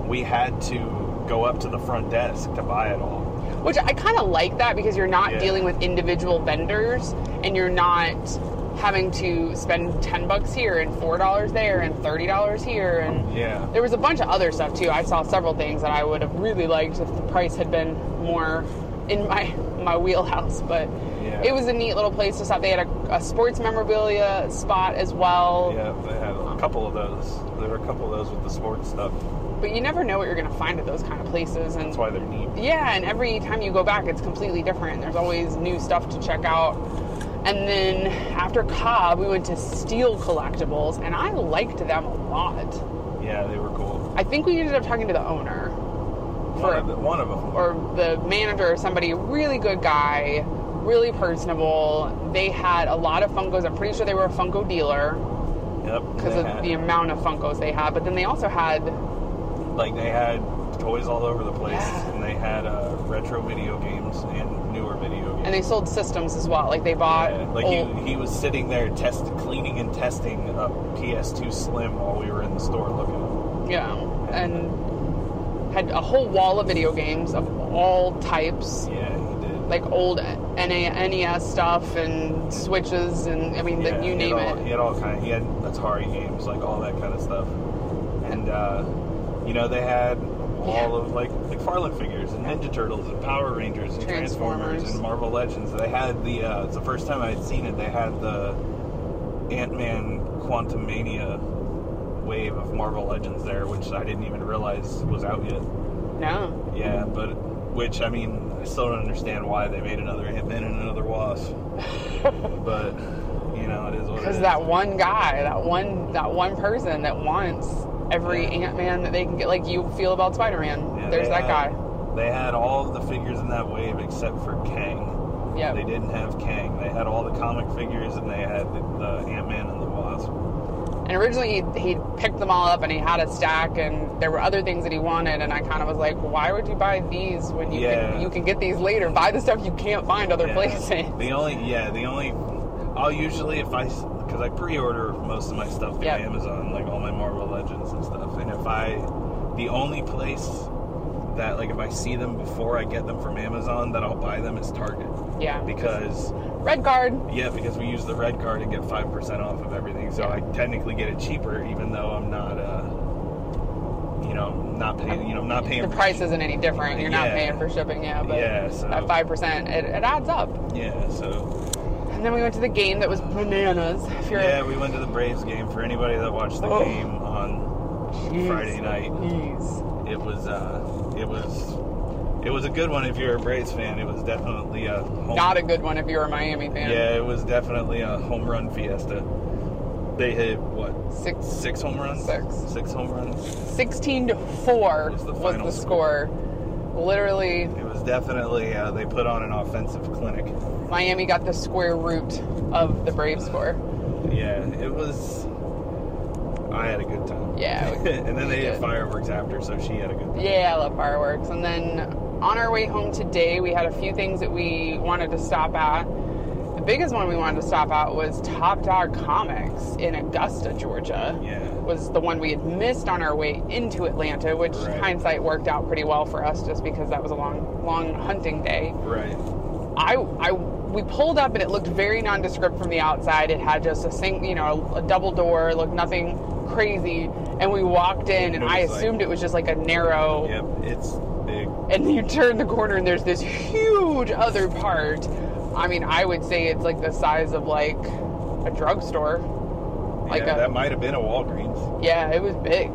Speaker 3: we had to go up to the front desk to buy it all.
Speaker 2: which I kind of like that because you're not
Speaker 3: Yeah.
Speaker 2: dealing with individual vendors and you're not having to spend 10 bucks here and $4 there and $30 here and
Speaker 3: Yeah.
Speaker 2: there was a bunch of other stuff too. I saw several things that I would have really liked if the price had been more in my my wheelhouse, but
Speaker 3: Yeah.
Speaker 2: it was a neat little place to stop. They had a, a sports memorabilia spot as well.
Speaker 3: Yeah, they had a couple of those. There were a couple of those with the sports stuff.
Speaker 2: But you never know what you're going to find at those kind of places and
Speaker 3: That's why they're neat.
Speaker 2: Yeah, and every time you go back, it's completely different. There's always new stuff to check out. And then after Cobb, we went to Steel Collectibles, and I liked them a lot.
Speaker 3: Yeah, they were cool.
Speaker 2: I think we ended up talking to the owner
Speaker 3: One of, the, one of them.
Speaker 2: or the manager or somebody, really good guy, really personable. They had a lot of Funkos. I'm pretty sure they were a Funko dealer
Speaker 3: Yep.
Speaker 2: because
Speaker 3: they
Speaker 2: of
Speaker 3: had-
Speaker 2: the amount of Funkos they had. But then they also had
Speaker 3: Like they had toys all over the place,
Speaker 2: Yeah.
Speaker 3: and they had uh, retro video games and newer video games.
Speaker 2: and they sold systems as well. Like they bought
Speaker 3: Yeah, like
Speaker 2: old-
Speaker 3: he, he was sitting there test cleaning and testing a PS2 Slim while we were in the store looking.
Speaker 2: Yeah, and had a whole wall of video games of all types,
Speaker 3: Yeah, he did.
Speaker 2: like old NA, NES E stuff and switches, and I mean,
Speaker 3: yeah,
Speaker 2: the, you
Speaker 3: he had
Speaker 2: name
Speaker 3: all- He
Speaker 2: it.
Speaker 3: had all kind. he had Atari games, like all that kind of stuff. And uh, you know they had all
Speaker 2: Yeah.
Speaker 3: of like McFarlane figures and Ninja Turtles and Power Rangers and Transformers,
Speaker 2: Transformers.
Speaker 3: and Marvel Legends. They had the uh, it's the first time I'd seen it. They had the Ant Man Quantum Mania wave of Marvel Legends there, which I didn't even realize was out yet.
Speaker 2: No,
Speaker 3: Yeah, but which I mean, I still don't understand why they made another Ant Man and another Wasp. but you know, it is what it
Speaker 2: because
Speaker 3: is.
Speaker 2: that one guy, that one, that one person that wants every
Speaker 3: Yeah.
Speaker 2: Ant Man that they can get, like you feel about Spider Man.
Speaker 3: Yeah,
Speaker 2: There's
Speaker 3: they
Speaker 2: that
Speaker 3: had- They had all of the figures in that wave except for Kang.
Speaker 2: guy.
Speaker 3: They
Speaker 2: Yeah,
Speaker 3: didn't have Kang. They had all the comic figures and they had the, the Ant Man and the Wasp.
Speaker 2: and originally he he picked them all up and he had a stack, and there were other things that he wanted, and I kind of was like, why would you buy these when you
Speaker 3: Yeah.
Speaker 2: can you can get these later? Buy the stuff you can't find other
Speaker 3: Yeah.
Speaker 2: places.
Speaker 3: The only yeah, the only I'll usually if I because I pre-order most of my stuff through
Speaker 2: Yep.
Speaker 3: Amazon, like all my Marvel Legends and stuff. And if I the only place that like if I see them before I get them from Amazon that I'll buy them is Target
Speaker 2: Yeah.
Speaker 3: because
Speaker 2: Red card.
Speaker 3: yeah because we use the red card and get five percent off of everything. So I technically get it cheaper even though I'm not uh you know not paying you know I'm not paying
Speaker 2: The
Speaker 3: for
Speaker 2: price
Speaker 3: shi-
Speaker 2: isn't any different. You're not
Speaker 3: Yeah.
Speaker 2: paying for shipping, yeah, but
Speaker 3: Yeah, so-
Speaker 2: at five percent, it, it adds up.
Speaker 3: yeah so
Speaker 2: And then we went to the game that was bananas. If you're-
Speaker 3: Yeah, we went to the Braves game. For anybody that watched the
Speaker 2: Oh.
Speaker 3: game on
Speaker 2: Jeez.
Speaker 3: Friday night,
Speaker 2: Jeez.
Speaker 3: it was uh, it was it was a good one. If you're a Braves fan, it was definitely a home,
Speaker 2: Not a good one if you're a Miami fan.
Speaker 3: yeah, it was definitely a home run fiesta. They hit what
Speaker 2: Six,
Speaker 3: six home runs?
Speaker 2: Six.
Speaker 3: six home runs.
Speaker 2: 16 to four
Speaker 3: Was
Speaker 2: was
Speaker 3: the
Speaker 2: the,
Speaker 3: final
Speaker 2: score. Literally,
Speaker 3: It was definitely uh, they put on an offensive clinic.
Speaker 2: Miami got the square root of the Braves score.
Speaker 3: Yeah, it was. I had a good time.
Speaker 2: Yeah, we-
Speaker 3: and then
Speaker 2: we
Speaker 3: they did
Speaker 2: did.
Speaker 3: fireworks after, so she had a good time.
Speaker 2: Yeah, I love fireworks. And then on our way home today, we had a few things that we wanted to stop at. The biggest one we wanted to stop at was Top Dog Comics in Augusta, Georgia.
Speaker 3: Yeah.
Speaker 2: Was the one we had missed on our way into Atlanta, which
Speaker 3: Right.
Speaker 2: hindsight worked out pretty well for us just because that was a long, long hunting day.
Speaker 3: Right.
Speaker 2: I, I we pulled up and it looked very nondescript from the outside. It had just a sing, you know, a, double door, looked nothing crazy. And we walked in,
Speaker 3: It
Speaker 2: and I
Speaker 3: was like-
Speaker 2: assumed it was just like a narrow
Speaker 3: Yep, it's big.
Speaker 2: and you turn the corner and there's this huge other part. I mean, I would say it's like the size of like a drugstore. Like uh,
Speaker 3: yeah,
Speaker 2: a-
Speaker 3: that might have been a Walgreens,
Speaker 2: Yeah, it was big.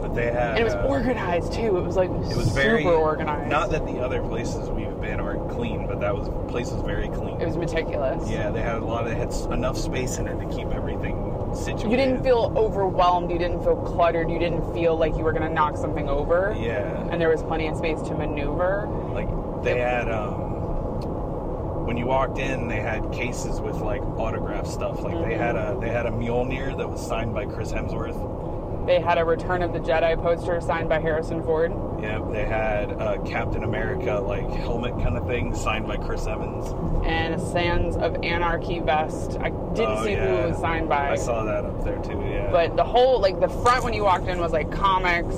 Speaker 3: but they had.
Speaker 2: And it was
Speaker 3: uh,
Speaker 2: organized too. It was like
Speaker 3: It was
Speaker 2: super
Speaker 3: very
Speaker 2: organized.
Speaker 3: Not that the other places we've been aren't clean, but that was place was very clean.
Speaker 2: it was meticulous.
Speaker 3: yeah, they had a lot. They had s- enough space in it to keep everything situated.
Speaker 2: You didn't feel overwhelmed, you didn't feel cluttered, you didn't feel like you were gonna knock something over.
Speaker 3: Yeah,
Speaker 2: And there was plenty of space to maneuver.
Speaker 3: like they had. um When you walked in, they had cases with like autograph stuff. Like they had
Speaker 2: Mm-hmm.
Speaker 3: a they had a Mjolnir that was signed by Chris Hemsworth.
Speaker 2: They had a Return of the Jedi poster signed by Harrison Ford.
Speaker 3: Yeah, they had a Captain America like helmet kind of thing signed by Chris Evans.
Speaker 2: and a Sands of Anarchy vest. I didn't
Speaker 3: Oh,
Speaker 2: see who
Speaker 3: yeah.
Speaker 2: it was signed by.
Speaker 3: I saw that up there too. Yeah,
Speaker 2: But the whole, like, the front when you walked in was like comics,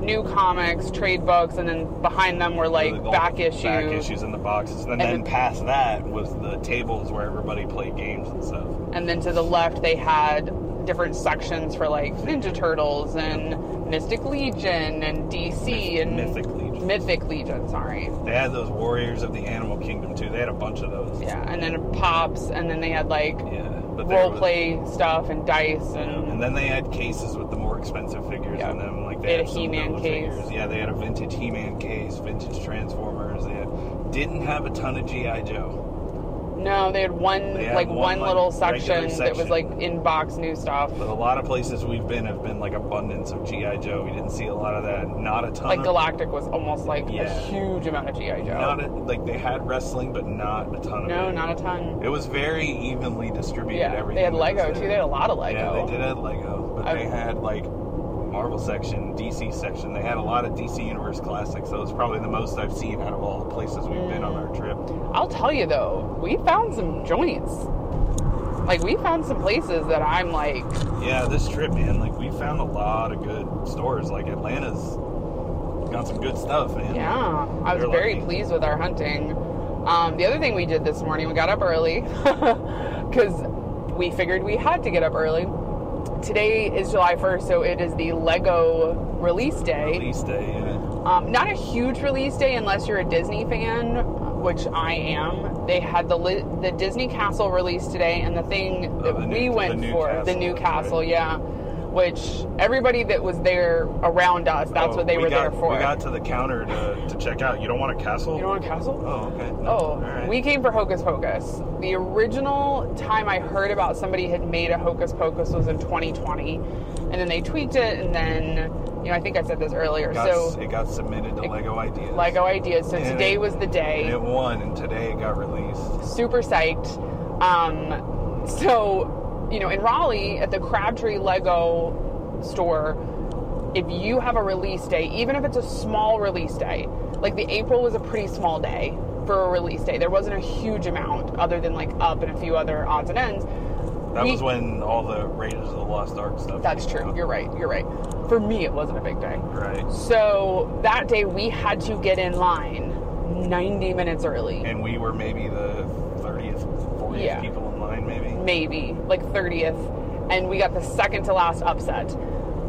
Speaker 2: new comics, trade books, and then behind them were like
Speaker 3: The- the
Speaker 2: back issues.
Speaker 3: back issues in the boxes, and, then
Speaker 2: then-
Speaker 3: past that was the tables where everybody played games and stuff.
Speaker 2: And then to the left, they had different sections for like Ninja Turtles and Mystic Legion and DC and
Speaker 3: Mythic Legion.
Speaker 2: Mythic Legion, sorry.
Speaker 3: They had those Warriors of the Animal Kingdom too. They had a bunch of those.
Speaker 2: Yeah, and then Pops, and then they had like
Speaker 3: yeah. But there
Speaker 2: role
Speaker 3: was-
Speaker 2: play stuff and dice
Speaker 3: you know,
Speaker 2: and
Speaker 3: And then they had cases with the more expensive figures
Speaker 2: Yeah.
Speaker 3: in them, like they,
Speaker 2: They had
Speaker 3: had
Speaker 2: a
Speaker 3: some
Speaker 2: He-Man
Speaker 3: Nova
Speaker 2: case.
Speaker 3: Figures. Yeah, they had a vintage He-Man case, vintage Transformers. They had, didn't have a ton of GI Joe.
Speaker 2: No, they had one
Speaker 3: They had
Speaker 2: like
Speaker 3: one,
Speaker 2: one,
Speaker 3: like,
Speaker 2: little
Speaker 3: regular
Speaker 2: section, that
Speaker 3: section.
Speaker 2: was like inbox new stuff,
Speaker 3: But a lot of places we've been have been like abundance of GI Joe. We didn't see a lot of that. Not a ton.
Speaker 2: like
Speaker 3: of,
Speaker 2: Galactic was almost like
Speaker 3: uh, Yeah.
Speaker 2: a huge amount of GI Joe.
Speaker 3: Not a, like they had wrestling, but not a ton of.
Speaker 2: no,
Speaker 3: it.
Speaker 2: not a ton.
Speaker 3: It was very evenly distributed.
Speaker 2: yeah,
Speaker 3: everything
Speaker 2: they had
Speaker 3: that was
Speaker 2: Lego
Speaker 3: there.
Speaker 2: too. They had a lot of Lego.
Speaker 3: Yeah, they did have Lego, but
Speaker 2: I-
Speaker 3: they had like Marvel section, DC section. They had a lot of DC Universe classics. That was probably the most I've seen out of all the places we've been on
Speaker 2: Mm.
Speaker 3: our trip.
Speaker 2: I'll tell you though, we found some joints. Like we found some places that I'm like,
Speaker 3: Yeah, this trip, man. Like we found a lot of good stores. Like Atlanta's got some good stuff, man.
Speaker 2: yeah, I was
Speaker 3: They're
Speaker 2: very
Speaker 3: lucky.
Speaker 2: pleased with our hunting. Um, the other thing we did this morning, we got up early because we figured we had to get up early. Today is July 1st, so it is the Lego release day.
Speaker 3: Release day. Yeah.
Speaker 2: Um, not a huge release day unless you're a Disney fan, which I am. They had the li- the Disney Castle release today, and the thing that
Speaker 3: Oh, the
Speaker 2: we
Speaker 3: new-
Speaker 2: went
Speaker 3: the new
Speaker 2: for the
Speaker 3: castle,
Speaker 2: new
Speaker 3: that's
Speaker 2: castle,
Speaker 3: right.
Speaker 2: yeah. Which everybody that was there around us, that's
Speaker 3: Oh,
Speaker 2: what they
Speaker 3: we
Speaker 2: were
Speaker 3: got-
Speaker 2: there for.
Speaker 3: We got to the counter to, to check out. You don't want a castle?
Speaker 2: you know what castle?
Speaker 3: Oh, okay. No.
Speaker 2: Oh,
Speaker 3: All right.
Speaker 2: we came for Hocus Pocus. The original time I heard about somebody had made a Hocus Pocus was in 2020, and then they tweaked it, and then you know I think I said this earlier.
Speaker 3: got,
Speaker 2: so
Speaker 3: it got submitted to
Speaker 2: it-
Speaker 3: Lego Ideas.
Speaker 2: Lego ideas. So
Speaker 3: And
Speaker 2: today
Speaker 3: it-
Speaker 2: was the day.
Speaker 3: And it won, and today it got released.
Speaker 2: super psyched. Um, so, you know, in Raleigh at the Crabtree Lego store, if you have a release day, even if it's a small release day, like the April was a pretty small day for a release day. There wasn't a huge amount other than like up and a few other odds and ends.
Speaker 3: That
Speaker 2: We-
Speaker 3: was when all the Raiders of the Lost Ark stuff.
Speaker 2: That's
Speaker 3: came
Speaker 2: true.
Speaker 3: out.
Speaker 2: You're right. You're right. For me, it wasn't a big day.
Speaker 3: Right.
Speaker 2: So that day we had to get in line 90 minutes early.
Speaker 3: And we were maybe the 30th, 40th
Speaker 2: Yeah.
Speaker 3: people in line, maybe.
Speaker 2: maybe like 30th and we got the second to last upset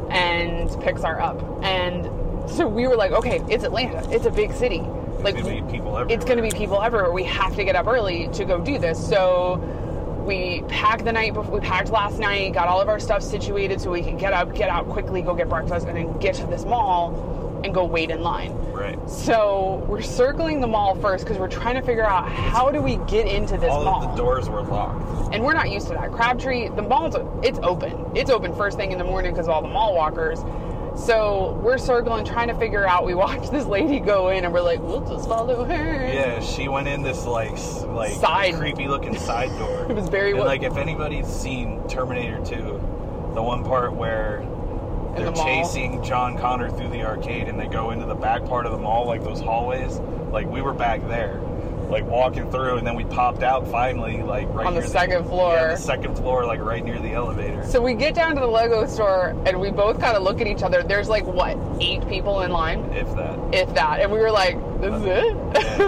Speaker 2: and pixar up and so we were like okay it's atlanta it's a big city like
Speaker 3: maybe people everywhere.
Speaker 2: it's going to be people everywhere we have to get up early to go do this so we packed the night before we packed last night got all of our stuff situated so we could get up get out quickly go get breakfast and then get to this mall and go wait in line
Speaker 3: Right.
Speaker 2: so we're circling the mall first because we're trying to figure out how do we get into this
Speaker 3: All
Speaker 2: mall
Speaker 3: of the doors were locked.
Speaker 2: and we're not used to that. Crabtree, the mall's it's open. It's open first thing in the morning because of all the mall walkers. So we're circling, trying to figure out. We watched this lady go in, and we're like, "We'll just follow her."
Speaker 3: Yeah, she went in this like s- like
Speaker 2: Side.
Speaker 3: creepy looking side door.
Speaker 2: It was very
Speaker 3: and,
Speaker 2: wo-
Speaker 3: like if anybody's seen Terminator 2, the one part where
Speaker 2: In
Speaker 3: they're
Speaker 2: the mall.
Speaker 3: chasing John Connor through the arcade and they go into the back part of the mall, like those hallways. Like we were back there. like walking through, and then we popped out finally, like right
Speaker 2: On the
Speaker 3: near
Speaker 2: second floor.
Speaker 3: Yeah, the second floor, like right near the elevator.
Speaker 2: So we get down to the Lego store and we both kind of look at each other. There's like what eight people in line,
Speaker 3: if that.
Speaker 2: if that, and we were like, "This is
Speaker 3: Yeah.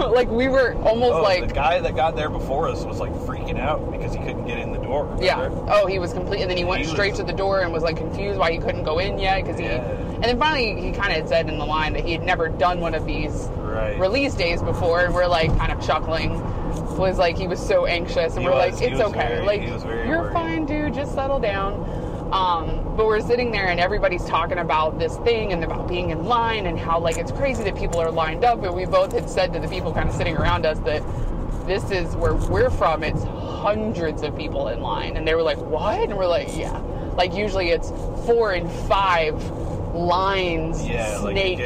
Speaker 2: it." like we were almost
Speaker 3: Oh,
Speaker 2: like,
Speaker 3: the guy that got there before us was like freaking out because he couldn't get in the door. remember?
Speaker 2: yeah. Oh, he was complete, and then he went
Speaker 3: He
Speaker 2: straight
Speaker 3: was-
Speaker 2: to the door and was like confused why he couldn't go in yet because he.
Speaker 3: Yeah.
Speaker 2: And then finally, he kind of said in the line that he had never done one of these
Speaker 3: Right.
Speaker 2: release days before, and we're like kind of chuckling. Was like he was so anxious, and
Speaker 3: He
Speaker 2: we're
Speaker 3: was-
Speaker 2: like,
Speaker 3: he
Speaker 2: "It's
Speaker 3: was
Speaker 2: okay,
Speaker 3: very-
Speaker 2: like
Speaker 3: he was very
Speaker 2: you're
Speaker 3: worried.
Speaker 2: fine, dude. Just settle down." Um, but we're sitting there, and everybody's talking about this thing and about being in line and how like it's crazy that people are lined up. And we both had said to the people kind of sitting around us that this is where we're from. It's hundreds of people in line, and they were like, "What?" And we're like, "Yeah." Like usually it's four and five lines
Speaker 3: Yeah, like it
Speaker 2: snaked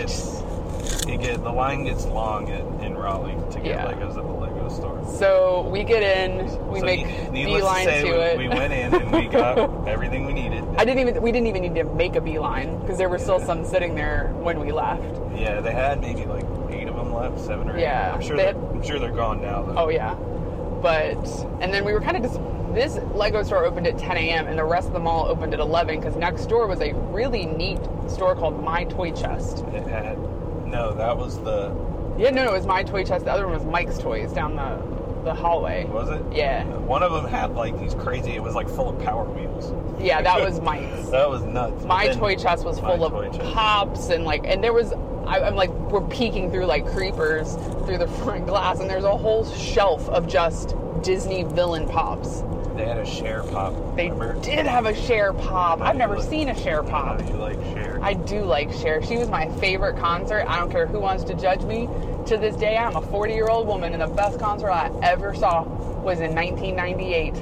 Speaker 3: gets, it get the line gets long in, in Raleigh to get
Speaker 2: Yeah.
Speaker 3: Legos at the Lego store.
Speaker 2: So we get in, we
Speaker 3: So
Speaker 2: make
Speaker 3: ne- needless
Speaker 2: beeline
Speaker 3: to, say,
Speaker 2: to
Speaker 3: we,
Speaker 2: it.
Speaker 3: we went in and we got everything we needed.
Speaker 2: I didn't even we didn't even need to make a beeline because there were still some sitting there when we left.
Speaker 3: Yeah, they had maybe like eight of them left, seven or eight.
Speaker 2: Yeah,
Speaker 3: I'm sure
Speaker 2: they
Speaker 3: they
Speaker 2: had-
Speaker 3: I'm sure they're gone now though.
Speaker 2: Oh yeah, but and then we were kind of just this Lego store opened at 10 a.m. and the rest of the mall opened at 11 because next door was a really neat store called My Toy Chest.
Speaker 3: It had no, that was the
Speaker 2: Yeah, no, no, it was My Toy Chest. The other one was Mike's Toys down the the hallway.
Speaker 3: was it?
Speaker 2: Yeah,
Speaker 3: One of them had like these crazy. It was like full of Power Wheels.
Speaker 2: yeah, that was Mike's.
Speaker 3: That was nuts.
Speaker 2: my
Speaker 3: Then-
Speaker 2: toy chest was
Speaker 3: my
Speaker 2: full
Speaker 3: toy
Speaker 2: of
Speaker 3: chest.
Speaker 2: pops and like and there was I, i'm like we're peeking through like creepers through the front glass and there's a whole shelf of just disney villain pops
Speaker 3: They had a share pop.
Speaker 2: they
Speaker 3: remember?
Speaker 2: did have a share pop
Speaker 3: Now
Speaker 2: i've
Speaker 3: you
Speaker 2: never
Speaker 3: like-
Speaker 2: seen a share pop
Speaker 3: Now you like share?
Speaker 2: i do like share she was my favorite concert i don't care who wants to judge me to this day i'm a 40 year old woman and the best concert i ever saw was in 1998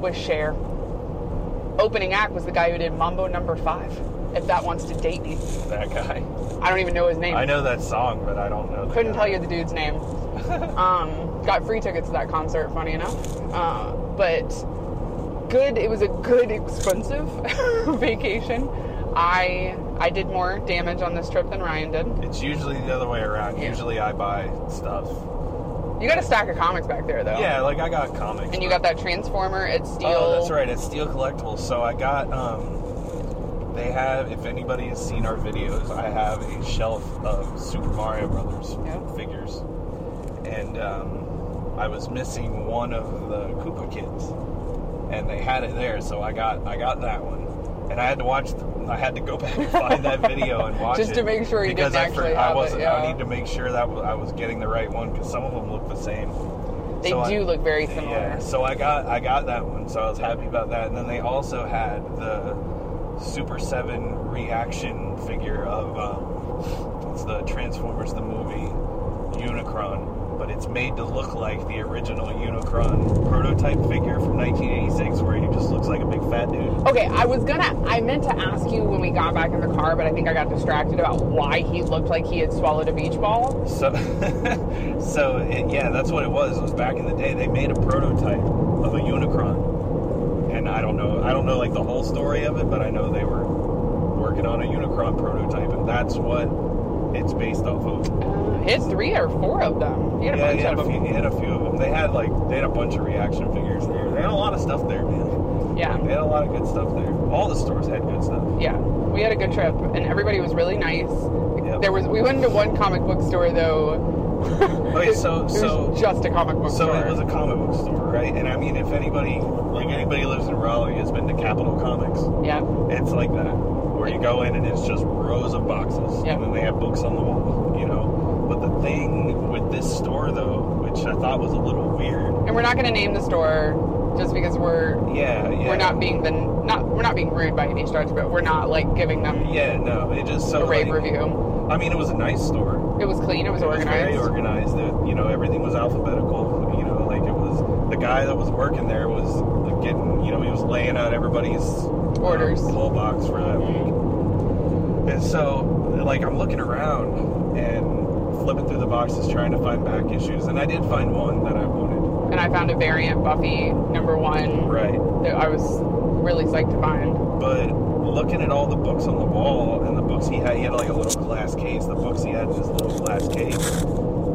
Speaker 2: with Cher. opening act was the guy who did mambo number five if that wants to date me
Speaker 3: that guy.
Speaker 2: I don't even know his name.
Speaker 3: I know that song, but I don't know. the
Speaker 2: Couldn't
Speaker 3: guy.
Speaker 2: tell you the dude's name. um, got free tickets to that concert. Funny enough, uh, but good. It was a good, expensive vacation. I I did more damage on this trip than Ryan did.
Speaker 3: It's usually the other way around.
Speaker 2: Yeah.
Speaker 3: Usually I buy stuff.
Speaker 2: You got a stack of comics back there though.
Speaker 3: Yeah, like I got comics.
Speaker 2: And you
Speaker 3: but-
Speaker 2: got that Transformer. It's steel.
Speaker 3: Oh, that's right. It's Steel Collectibles. So I got. um They have. If anybody has seen our videos, I have a shelf of Super Mario Brothers
Speaker 2: Yeah.
Speaker 3: figures, and um, I was missing one of the Koopa Kids, and they had it there. So I got. I got that one. And I had to watch. I had to go back and find that video and watch
Speaker 2: Just
Speaker 3: it
Speaker 2: to make sure you
Speaker 3: because
Speaker 2: didn't
Speaker 3: I for-
Speaker 2: actually
Speaker 3: I
Speaker 2: have it,
Speaker 3: wasn't. I
Speaker 2: yeah.
Speaker 3: need to make sure that wa- I was getting the right one because some of them look the same.
Speaker 2: They
Speaker 3: So I-
Speaker 2: do look very similar.
Speaker 3: yeah, so I got I got that one, so I was happy about that. And then they also had the Super Seven reaction figure of um, it's the Transformers the movie Unicron, but it's made to look like the original Unicron prototype figure from 1986, where he just looks like a big fat dude.
Speaker 2: Okay, I was gonna. I meant to ask you when we got back in the car, but I think I got distracted about why he looked like he had swallowed a beach ball.
Speaker 3: So, so it, yeah, that's what it was. It was back in the day they made a prototype of a Unicron. And I don't know, I don't know like the whole story of it, but I know they were working on a Unicron prototype, and that's what it's based off of.
Speaker 2: Uh, he had three or four of them. He had a
Speaker 3: Yeah,
Speaker 2: bunch
Speaker 3: he had
Speaker 2: of
Speaker 3: a
Speaker 2: them.
Speaker 3: few, he had a few of them. They had like they had a bunch of reaction figures there. They had a lot of stuff there, man. They
Speaker 2: Yeah,
Speaker 3: had a lot of good stuff there. All the stores had good stuff.
Speaker 2: yeah. We had a good trip, and everybody was really nice.
Speaker 3: Yep.
Speaker 2: There was. We went into one comic book store though.
Speaker 3: Okay, so
Speaker 2: It
Speaker 3: so
Speaker 2: was just a comic book
Speaker 3: So
Speaker 2: store.
Speaker 3: it was a comic book store, right? And I mean, if anybody, like anybody lives in Raleigh, has been to Capitol Comics,
Speaker 2: yeah,
Speaker 3: it's like that, where you go in and it's just rows of boxes,
Speaker 2: Yeah.
Speaker 3: and then they have books on the wall, you know. But the thing with this store, though, which I thought was a little weird,
Speaker 2: and we're not going to name the store just because we're
Speaker 3: yeah, yeah,
Speaker 2: we're not being the not we're not being rude by any stretch, but we're not like giving them
Speaker 3: yeah, no, it just so
Speaker 2: a rave
Speaker 3: like,
Speaker 2: review.
Speaker 3: I mean, it was a nice store.
Speaker 2: It was clean. It was
Speaker 3: It was
Speaker 2: organized.
Speaker 3: very organized. It- you know, everything was alphabetical. You know, like it was the guy that was working there was like, getting. You know, he was laying out everybody's
Speaker 2: Orders.
Speaker 3: uh, pull box for that week. And so, like, I'm looking around and flipping through the boxes, trying to find back issues, and I did find one that I wanted.
Speaker 2: and I found a variant Buffy number one
Speaker 3: Right.
Speaker 2: that I was really psyched to find.
Speaker 3: but looking at all the books on the wall and the books he had, he had like a little glass case. The books he had in his little glass case,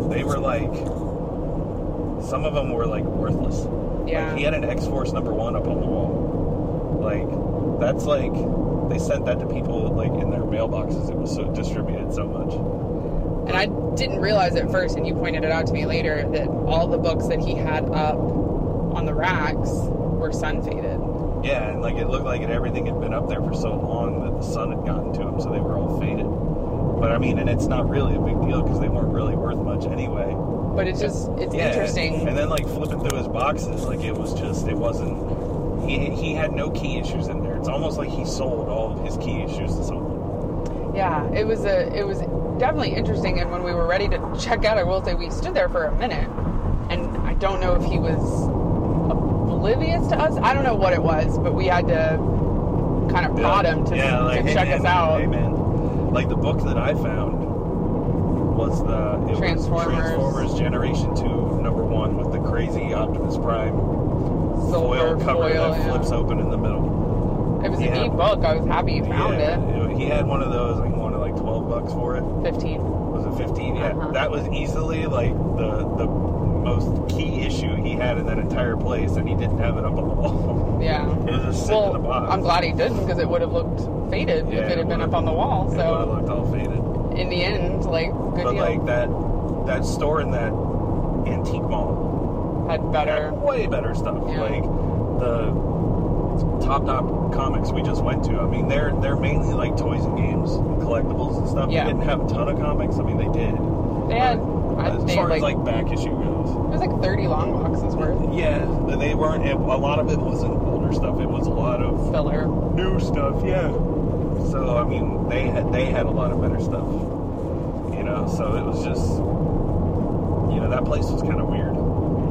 Speaker 3: they were like Some of them were like worthless.
Speaker 2: Yeah.
Speaker 3: Like, he had an X Force number one up on the wall. Like that's like they sent that to people like in their mailboxes. It was so distributed so much.
Speaker 2: And I didn't realize at first, and you pointed it out to me later, that all the books that he had up on the racks were sun faded.
Speaker 3: Yeah, and like it looked like it, everything had been up there for so long that the sun had gotten to them, so they were all faded. But I mean, and it's not really a big deal because they weren't really worth much anyway.
Speaker 2: But it's just, it's interesting.
Speaker 3: And then like flipping through his boxes, like it was just it wasn't. He, he had no key issues in there. It's almost like he sold all of his key issues to someone.
Speaker 2: yeah, it was a, it was definitely interesting. And when we were ready to check out, I will say we stood there for a minute, and I don't know if he was oblivious to us. I don't know what it was, but we had to kind of prod him to,
Speaker 3: yeah, like,
Speaker 2: to
Speaker 3: hey,
Speaker 2: check
Speaker 3: man,
Speaker 2: us out.
Speaker 3: Hey man, like the book that I found was the it
Speaker 2: Transformers.
Speaker 3: was Transformers Generation Two, number one, with the crazy Optimus Prime foil
Speaker 2: Silver
Speaker 3: cover
Speaker 2: foil,
Speaker 3: that
Speaker 2: yeah.
Speaker 3: flips open in the middle.
Speaker 2: It was
Speaker 3: Yeah.
Speaker 2: a neat book. I was happy he found it.
Speaker 3: yeah, He had one of those. Like, he wanted like twelve bucks for it.
Speaker 2: 15.
Speaker 3: Was it fifteen? Yeah,
Speaker 2: Uh-huh.
Speaker 3: that was easily like the the most key issue he had in that entire place, and he didn't have it up on the wall.
Speaker 2: Yeah.
Speaker 3: it was just sitting in a
Speaker 2: Well,
Speaker 3: box.
Speaker 2: I'm glad he didn't because it would have looked faded
Speaker 3: Yeah,
Speaker 2: if it
Speaker 3: it
Speaker 2: had been
Speaker 3: would've.
Speaker 2: up on the wall.
Speaker 3: It would've
Speaker 2: So
Speaker 3: looked all faded.
Speaker 2: in the end, like good
Speaker 3: but
Speaker 2: deal
Speaker 3: like that that store in that antique mall
Speaker 2: had
Speaker 3: had
Speaker 2: better.
Speaker 3: way better stuff.
Speaker 2: Yeah.
Speaker 3: Like the top top comics we just went to. I mean, they're they're mainly like toys and games, and collectibles and stuff.
Speaker 2: Yeah.
Speaker 3: They didn't have a ton of comics. I mean, they did.
Speaker 2: They had, I
Speaker 3: As
Speaker 2: think,
Speaker 3: far
Speaker 2: like,
Speaker 3: as like back issue goes,
Speaker 2: it was like 30 long boxes worth
Speaker 3: yeah, but they weren't. It, a lot of it wasn't older stuff. It was a lot of
Speaker 2: filler.
Speaker 3: new stuff. Yeah. So I mean, they had they had a lot of better stuff. You know, so it was just, you know, that place was kind of weird.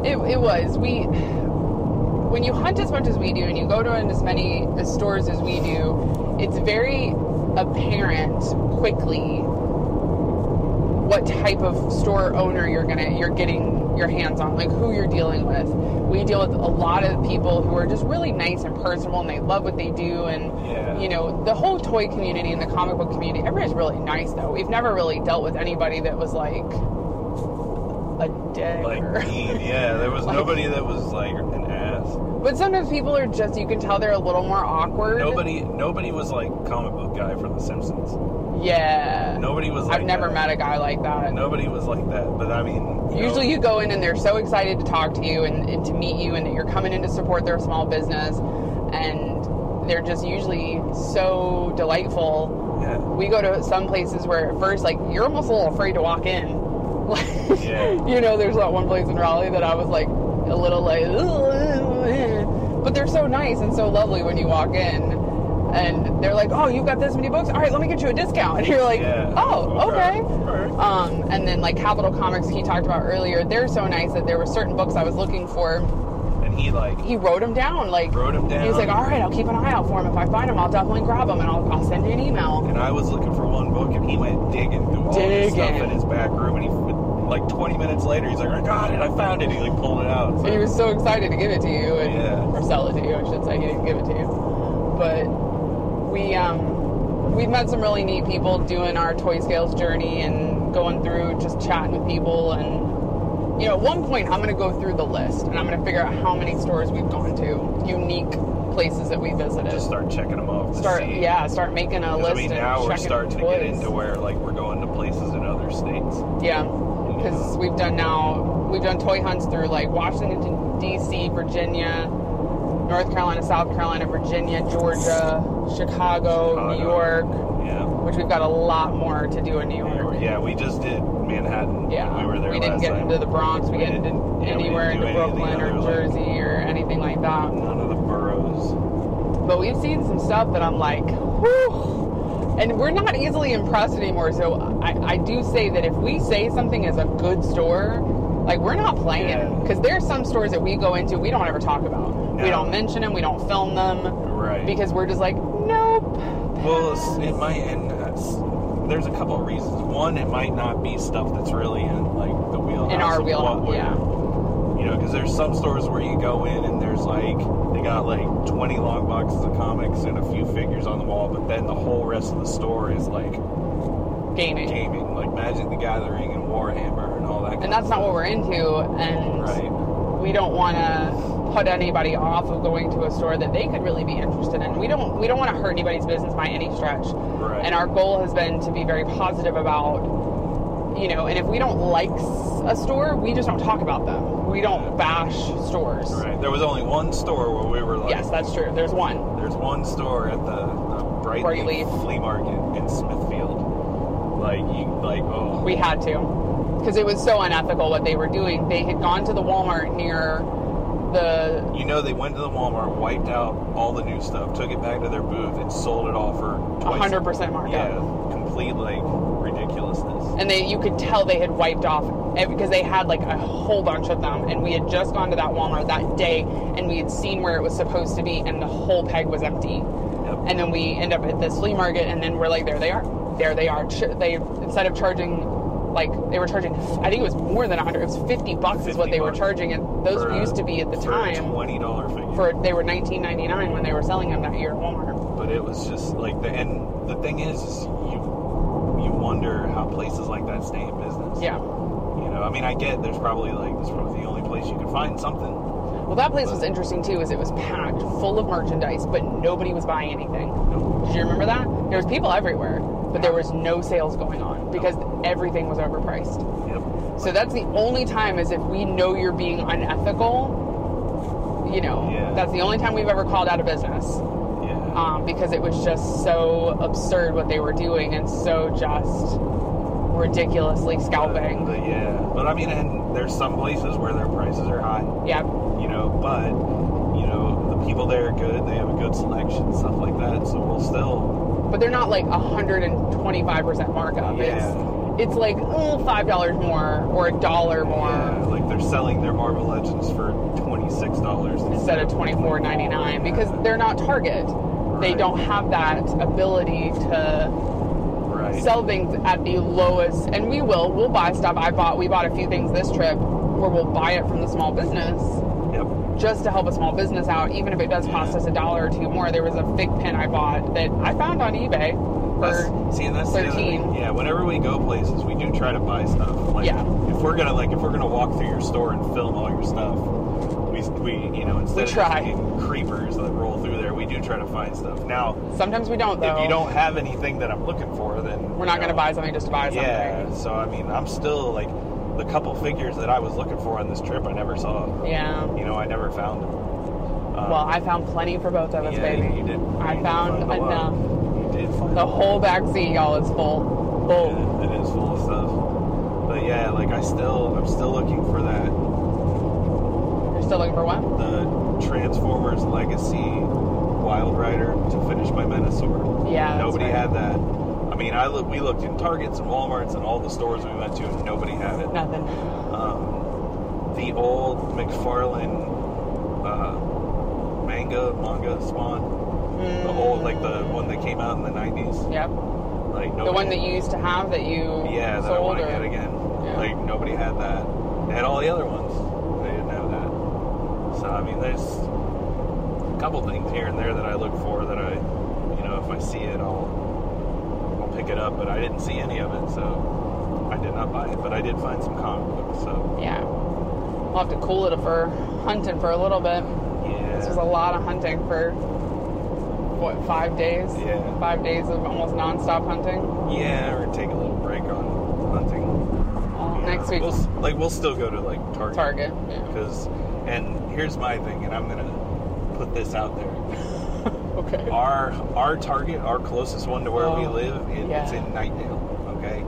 Speaker 2: It, it was. We, when you hunt as much as we do and you go to as many stores as we do, it's very apparent quickly what type of store owner you're gonna you're getting your hands on, like who you're dealing with. We deal with a lot of people who are just really nice and personable, and they love what they do. And
Speaker 3: Yeah.
Speaker 2: you know, the whole toy community and the comic book community, everybody's really nice. Though we've never really dealt with anybody that was like a dick.
Speaker 3: like
Speaker 2: or-
Speaker 3: mean. Yeah, there was
Speaker 2: Like-
Speaker 3: nobody that was like an ass.
Speaker 2: But sometimes people are just, you can tell they're a little more awkward.
Speaker 3: Nobody, nobody was like comic book guy from The Simpsons.
Speaker 2: Yeah.
Speaker 3: Nobody was. Like
Speaker 2: I've never
Speaker 3: that.
Speaker 2: met a guy like that.
Speaker 3: Nobody was like that. But I mean, you
Speaker 2: Usually
Speaker 3: know,
Speaker 2: you go in and they're so excited to talk to you and, and to meet you and that you're coming in to support their small business. And they're just usually so delightful.
Speaker 3: Yeah.
Speaker 2: We go to some places where at first, like, you're almost a little afraid to walk in. Like,
Speaker 3: Yeah.
Speaker 2: you know, there's that one place in Raleigh that I was like a little like, but they're so nice and so lovely when you walk in. And they're like, oh, you've got this many books? All right, let me get you a discount. And you're like,
Speaker 3: Yeah.
Speaker 2: oh, okay.
Speaker 3: Alright.
Speaker 2: Um, and then, like, Capital Comics, he talked about earlier, they're so nice that there were certain books I was looking for.
Speaker 3: And he like
Speaker 2: He wrote them down. Like,
Speaker 3: wrote him down.
Speaker 2: he was like, all right, I'll keep an eye out for them. If I find them, I'll definitely grab them and I'll, I'll send you an email.
Speaker 3: And I was looking for one book, and he went digging through all this stuff
Speaker 2: Digging.
Speaker 3: in his back room. And he, like, 20 minutes later, he's like, I got it, I found it. He like pulled it out. It's
Speaker 2: And he
Speaker 3: like,
Speaker 2: was so excited to give it to you and,
Speaker 3: Yeah.
Speaker 2: or sell it to you, I should say. He didn't give it to you. But we, um, we've met some really neat people doing our toy scales journey and going through just chatting with people. And, you know, at one point, I'm going to go through the list and I'm going to figure out how many stores we've gone to, unique places that we visited.
Speaker 3: just start checking them off. To
Speaker 2: start
Speaker 3: see.
Speaker 2: yeah start making a
Speaker 3: 'Cause,
Speaker 2: list
Speaker 3: I mean,
Speaker 2: and
Speaker 3: now we're
Speaker 2: checking
Speaker 3: starting to
Speaker 2: toys.
Speaker 3: get into where, like, we're going to places in other states.
Speaker 2: yeah because we've done now we've done toy hunts through like washington dc virginia north carolina south carolina virginia georgia chicago,
Speaker 3: Chicago.
Speaker 2: new york
Speaker 3: Yeah.
Speaker 2: which we've got a lot more to do in new york
Speaker 3: Yeah, we just did Manhattan.
Speaker 2: yeah
Speaker 3: when We were there
Speaker 2: didn't
Speaker 3: last
Speaker 2: get
Speaker 3: time.
Speaker 2: into the bronx
Speaker 3: We
Speaker 2: we, didn't,
Speaker 3: didn't- yeah, we
Speaker 2: anywhere
Speaker 3: didn't
Speaker 2: into
Speaker 3: do any of the
Speaker 2: brooklyn or
Speaker 3: other, like-
Speaker 2: jersey or anything like that
Speaker 3: None of the boroughs.
Speaker 2: but we've seen some stuff that I'm like, whew. And we're not easily impressed anymore. So I, I do say that if we say something is a good store, like we're not playing.
Speaker 3: Yeah.
Speaker 2: Because there's some stores that we go into we don't ever talk about. We
Speaker 3: No.
Speaker 2: don't mention them, we don't film them.
Speaker 3: Right.
Speaker 2: Because we're just like, nope.
Speaker 3: Well, it's- it might, and that's, there's a couple of reasons. One, it might not be stuff that's really in like the wheelhouse.
Speaker 2: In our
Speaker 3: of
Speaker 2: wheelhouse,
Speaker 3: what we're-
Speaker 2: yeah.
Speaker 3: You know, because there's some stores where you go in and there's like they got like 20 long boxes of comics and a few figures on the wall, but then the whole rest of the store is like
Speaker 2: gaming.
Speaker 3: gaming, like Magic the Gathering and Warhammer and all that.
Speaker 2: And that's not what we're into, and
Speaker 3: right.
Speaker 2: we don't want to put anybody off of going to a store that they could really be interested in. We don't we don't want to hurt anybody's business by any stretch.
Speaker 3: Right.
Speaker 2: And our goal has been to be very positive about you know, and if we don't like s- a store, we just don't talk about them. We don't bash stores.
Speaker 3: Right. There was only one store where we were like,
Speaker 2: Yes, that's true. There's one.
Speaker 3: There's one store at the, the Brightleaf
Speaker 2: Brightleaf.
Speaker 3: Flea Market in Smithfield. Like you, like oh,
Speaker 2: We had to because it was so unethical what they were doing. They had gone to the Walmart near the
Speaker 3: you know they went to the Walmart, wiped out all the new stuff, took it back to their booth, and sold it all for twice.
Speaker 2: 100% markup.
Speaker 3: Yeah, complete like ridiculousness.
Speaker 2: and they you could tell they had wiped off ev- because they had like a whole bunch of them and we had just gone to that walmart that day and we had seen where it was supposed to be and the whole peg was empty
Speaker 3: Yep.
Speaker 2: and then we end up at this flea market and then we're like there they are there they are Ch- they instead of charging like they were charging i think it was more than 100 it was 50 bucks is what
Speaker 3: 50
Speaker 2: they were
Speaker 3: bucks
Speaker 2: charging and those
Speaker 3: For a-
Speaker 2: used to be at the
Speaker 3: for a
Speaker 2: time
Speaker 3: twenty dollar figure.
Speaker 2: for they were 19.99 when they were selling them that year at walmart
Speaker 3: but it was just like the and the thing is, is you you wonder how places like that stay in business.
Speaker 2: yeah
Speaker 3: You know, I mean, I get there's probably like this is probably the only place you can find something.
Speaker 2: well that place was interesting too is it was packed full of merchandise but nobody was buying anything
Speaker 3: Nope.
Speaker 2: Did you remember that? There was people everywhere, but there was no sales going on because everything was overpriced.
Speaker 3: Yep.
Speaker 2: So that's the only time is if we know you're being unethical, you know,
Speaker 3: Yeah.
Speaker 2: that's the only time we've ever called out a business
Speaker 3: Yeah.
Speaker 2: um, because it was just so absurd what they were doing and so just ridiculously
Speaker 3: But,
Speaker 2: scalping.
Speaker 3: but yeah, but I mean, and there's some places where their prices are high,
Speaker 2: Yeah,
Speaker 3: you know, but you know the people there are good. They have a good selection, stuff like that. So we'll still
Speaker 2: but they're not like 125% markup.
Speaker 3: Yeah.
Speaker 2: It's, it's like mm, $5 more or a dollar more.
Speaker 3: yeah, like they're selling their Marvel Legends for twenty six dollars
Speaker 2: instead of twenty four ninety nine because they're not Target. They
Speaker 3: Right.
Speaker 2: don't have that ability to
Speaker 3: right.
Speaker 2: sell things at the lowest. And we will. We'll buy stuff. I bought. We bought a few things this trip where we'll buy it from the small business
Speaker 3: yep.
Speaker 2: just to help a small business out, even if it does cost us a dollar or two more. There was a fig pen I bought that I found on eBay for
Speaker 3: That's, see, and that's the other thing.
Speaker 2: 13.
Speaker 3: Yeah, whenever we go places, we do try to buy stuff. Like,
Speaker 2: Yeah.
Speaker 3: if we're gonna like, if we're gonna walk through your store and film all your stuff, we, we you know instead of
Speaker 2: try.
Speaker 3: just being creepers that roll through there, we do try to find stuff. Now,
Speaker 2: sometimes we don't though.
Speaker 3: if you don't have anything that I'm looking for, then
Speaker 2: we're not
Speaker 3: you
Speaker 2: going to
Speaker 3: know,
Speaker 2: buy something just to buy something.
Speaker 3: Yeah. So I mean, I'm still like the couple figures that I was looking for on this trip, I never saw.
Speaker 2: Yeah.
Speaker 3: You know, I never found them. Um,
Speaker 2: Well, I found plenty for both of us,
Speaker 3: yeah,
Speaker 2: baby.
Speaker 3: You did,
Speaker 2: I
Speaker 3: you did
Speaker 2: found
Speaker 3: find a lot.
Speaker 2: enough.
Speaker 3: You did find
Speaker 2: The
Speaker 3: a lot.
Speaker 2: whole back seat, y'all, is full. Full.
Speaker 3: Yeah, it is full of stuff. But yeah, like I still, I'm still looking for that
Speaker 2: You're still looking for one?
Speaker 3: the Transformers Legacy Wild Rider to finish my Menasor.
Speaker 2: Yeah, that's
Speaker 3: Nobody
Speaker 2: right.
Speaker 3: had that. I mean, I look. We looked in Targets and WalMarts and all the stores we went to, and nobody had it.
Speaker 2: Nothing.
Speaker 3: Um, the old McFarlane uh, manga manga spawn. The old like the one that came out in the '90s.
Speaker 2: Yep.
Speaker 3: Like nobody
Speaker 2: The one that you used to have that you
Speaker 3: yeah, that I
Speaker 2: sold
Speaker 3: want to
Speaker 2: or-
Speaker 3: get again.
Speaker 2: Yeah.
Speaker 3: Like nobody had that. They had all the other ones. They didn't have that. So I mean, there's a couple things here and there that I look for that I, you know, if I see it, I'll I'll pick it up. But I didn't see any of it, so I did not buy it. But I did find some comic books. So
Speaker 2: Yeah. We'll have to cool it for hunting for a little bit. This was a
Speaker 3: yeah,
Speaker 2: lot of hunting for what five days?
Speaker 3: Yeah.
Speaker 2: Five days of almost nonstop hunting.
Speaker 3: yeah, we're gonna take a little break on hunting.
Speaker 2: Well,
Speaker 3: you
Speaker 2: next
Speaker 3: know.
Speaker 2: week
Speaker 3: we'll, s- like we'll still go to like Target.
Speaker 2: Target. Yeah.
Speaker 3: Because, and here's my thing, and I'm gonna put this out there.
Speaker 2: Okay.
Speaker 3: our our target, our closest one to where we
Speaker 2: Oh,
Speaker 3: live, it,
Speaker 2: yeah.
Speaker 3: it's in Nightdale. Okay,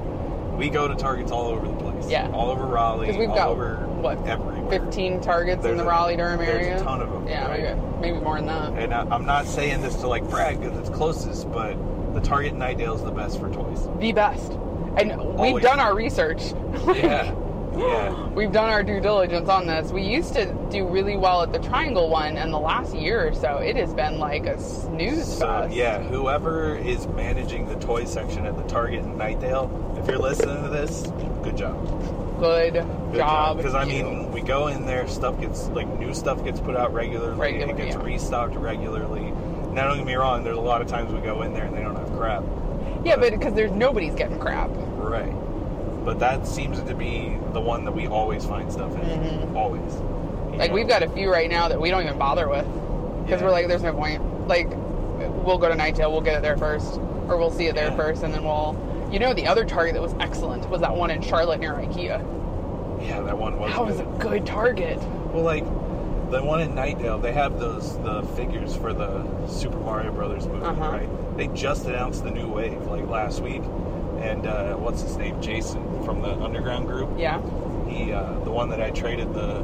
Speaker 3: we go to Targets all over the place.
Speaker 2: Yeah.
Speaker 3: all over Raleigh.
Speaker 2: Because we've
Speaker 3: all
Speaker 2: got
Speaker 3: over
Speaker 2: what
Speaker 3: everywhere.
Speaker 2: fifteen targets
Speaker 3: There's
Speaker 2: in the
Speaker 3: a-
Speaker 2: Raleigh Durham
Speaker 3: there's a
Speaker 2: area.
Speaker 3: ton of 'em,
Speaker 2: Yeah,
Speaker 3: right?
Speaker 2: maybe, maybe more than that.
Speaker 3: And I, I'm not saying this to like brag because it's closest, but the Target in Nightdale is the best for toys.
Speaker 2: The best. And we've
Speaker 3: Always.
Speaker 2: done our research.
Speaker 3: Yeah, yeah,
Speaker 2: We've done our due diligence on this. We used to do really well at the triangle one, and the last year or so, it has been like a snooze
Speaker 3: so
Speaker 2: fest.
Speaker 3: Uh, yeah. Whoever is managing the toy section at the Target in Nightdale, if you're listening to this, good job.
Speaker 2: Good,
Speaker 3: Good
Speaker 2: job.
Speaker 3: Because I
Speaker 2: you.
Speaker 3: mean, we go in there, stuff gets like new stuff gets put out regularly.
Speaker 2: Regular,
Speaker 3: it gets
Speaker 2: yeah.
Speaker 3: restocked regularly. Now, don't get me wrong. There's a lot of times we go in there and they don't have crap.
Speaker 2: Yeah, but because there's nobody's getting crap.
Speaker 3: Right. But that seems to be the one that we always find stuff in.
Speaker 2: Mhm.
Speaker 3: Always. You
Speaker 2: Like
Speaker 3: know?
Speaker 2: we've got a few right now that we don't even bother with because
Speaker 3: Yeah.
Speaker 2: we're like, there's no point. Like we'll go to Nighttail, we'll get it there first, or we'll see it there
Speaker 3: Yeah.
Speaker 2: first, and then we'll. You know, the other Target that was excellent was that one in Charlotte near IKEA.
Speaker 3: Yeah, that one was.
Speaker 2: That was a
Speaker 3: good.
Speaker 2: good Target.
Speaker 3: Well, like the one in Nightdale, they have those the figures for the Super Mario Brothers movie,
Speaker 2: Uh-huh.
Speaker 3: right? They just announced the new wave like last week, and uh, what's his name, Jason from the Underground Group.
Speaker 2: Yeah.
Speaker 3: He, uh, the one that I traded the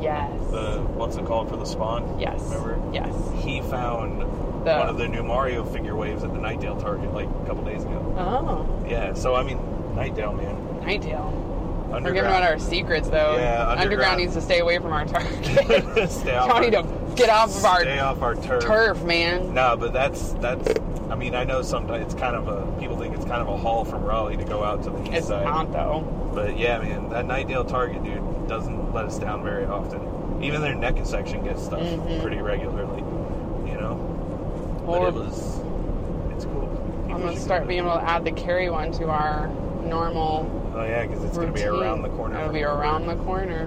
Speaker 2: Yes.
Speaker 3: the what's it called for the Spawn.
Speaker 2: yes.
Speaker 3: Remember?
Speaker 2: Yes.
Speaker 3: He found
Speaker 2: The-
Speaker 3: one of the new Mario figure waves at the Nightdale Target like a couple days ago.
Speaker 2: Oh,
Speaker 3: Yeah, so I mean, Nightdale, man.
Speaker 2: Nighttail.
Speaker 3: Underground.
Speaker 2: We're giving out our secrets though.
Speaker 3: Yeah,
Speaker 2: underground.
Speaker 3: Underground.
Speaker 2: needs to stay away from our Target.
Speaker 3: Stay off
Speaker 2: Johnny,
Speaker 3: our,
Speaker 2: to get off of our
Speaker 3: stay off our turf.
Speaker 2: turf, man.
Speaker 3: No, but that's that's. I mean, I know sometimes it's kind of a people think it's kind of a haul from Raleigh to go out to the east
Speaker 2: It's
Speaker 3: side.
Speaker 2: not though.
Speaker 3: But yeah, man, that Nightdale Target dude doesn't let us down very often. Even their NECA section gets stuff
Speaker 2: Mhm.
Speaker 3: pretty regularly, you know.
Speaker 2: Well,
Speaker 3: but it was it's cool. People
Speaker 2: I'm
Speaker 3: should
Speaker 2: gonna
Speaker 3: go
Speaker 2: start
Speaker 3: there.
Speaker 2: being able to add the carry one to our normal
Speaker 3: Oh yeah, because it's
Speaker 2: routine.
Speaker 3: gonna be around the corner.
Speaker 2: It'll be around the corner.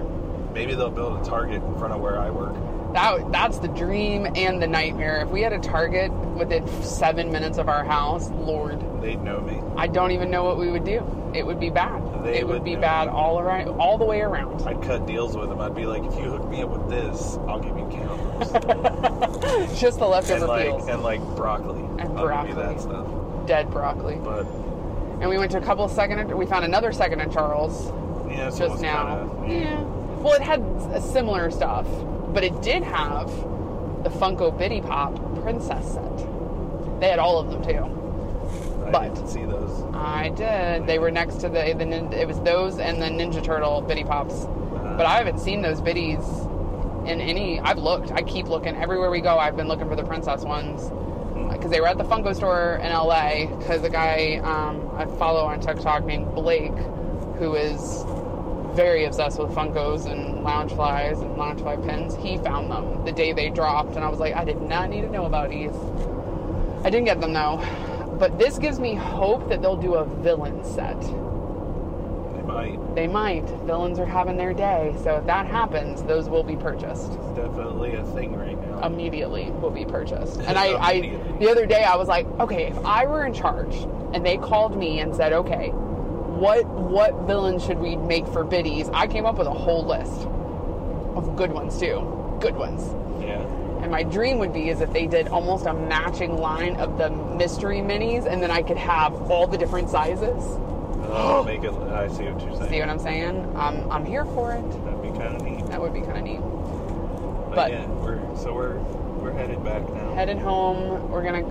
Speaker 3: Maybe they'll build a Target in front of where I work.
Speaker 2: That that's the dream and the nightmare. If we had a Target within seven minutes of our house, Lord,
Speaker 3: They'd know me.
Speaker 2: I don't even know what we would do. It would be bad.
Speaker 3: They
Speaker 2: it would,
Speaker 3: would
Speaker 2: be
Speaker 3: know.
Speaker 2: bad all around, all the way around.
Speaker 3: I'd cut deals with them. I'd be like, if you hook me up with this, I'll give you counters.
Speaker 2: Just the
Speaker 3: and
Speaker 2: leftover
Speaker 3: like
Speaker 2: peels,
Speaker 3: and like broccoli.
Speaker 2: And
Speaker 3: I'll give you
Speaker 2: broccoli.
Speaker 3: that stuff.
Speaker 2: dead broccoli.
Speaker 3: But
Speaker 2: And we went to a couple second. and- We found another second in Charles
Speaker 3: yeah, so
Speaker 2: just
Speaker 3: it's
Speaker 2: now.
Speaker 3: Kinda,
Speaker 2: yeah. Well, it had s- similar stuff, but it did have the Funko Bitty Pop Princess set. They had all of them too.
Speaker 3: I
Speaker 2: But-
Speaker 3: didn't see those.
Speaker 2: I did. They were next to the the nin- it was those and the Ninja Turtle Bitty Pops. But I haven't seen those biddies in any. I've looked. I keep looking everywhere we go. I've been looking for the princess ones because they were at the Funko store in LA. Because a guy um, I follow on TikTok named Blake, who is very obsessed with Funkos and Loungeflies and Loungefly pins, he found them the day they dropped, and I was like, I did not need to know about these. I didn't get them though. But this gives me hope that they'll do a villain set.
Speaker 3: They might
Speaker 2: They might. Villains are having their day, so if that happens, those will be purchased.
Speaker 3: It's definitely a thing right now.
Speaker 2: Um, Immediately will be purchased. And I, I
Speaker 3: Immediately.
Speaker 2: the other day I was like, okay, if I were in charge and they called me and said, okay, what what villains should we make for biddies? I came up with a whole list of good ones too. Good ones.
Speaker 3: yeah,
Speaker 2: And my dream would be is if they did almost a matching line of the mystery minis and then I could have all the different sizes.
Speaker 3: That'll Uh, make it. I see what you're saying.
Speaker 2: See what I'm saying? Um, I'm here for it.
Speaker 3: That'd be kind of neat.
Speaker 2: That would be kind of neat.
Speaker 3: But,
Speaker 2: But-
Speaker 3: yeah, we're so we're we're headed back now.
Speaker 2: headed home. We're gonna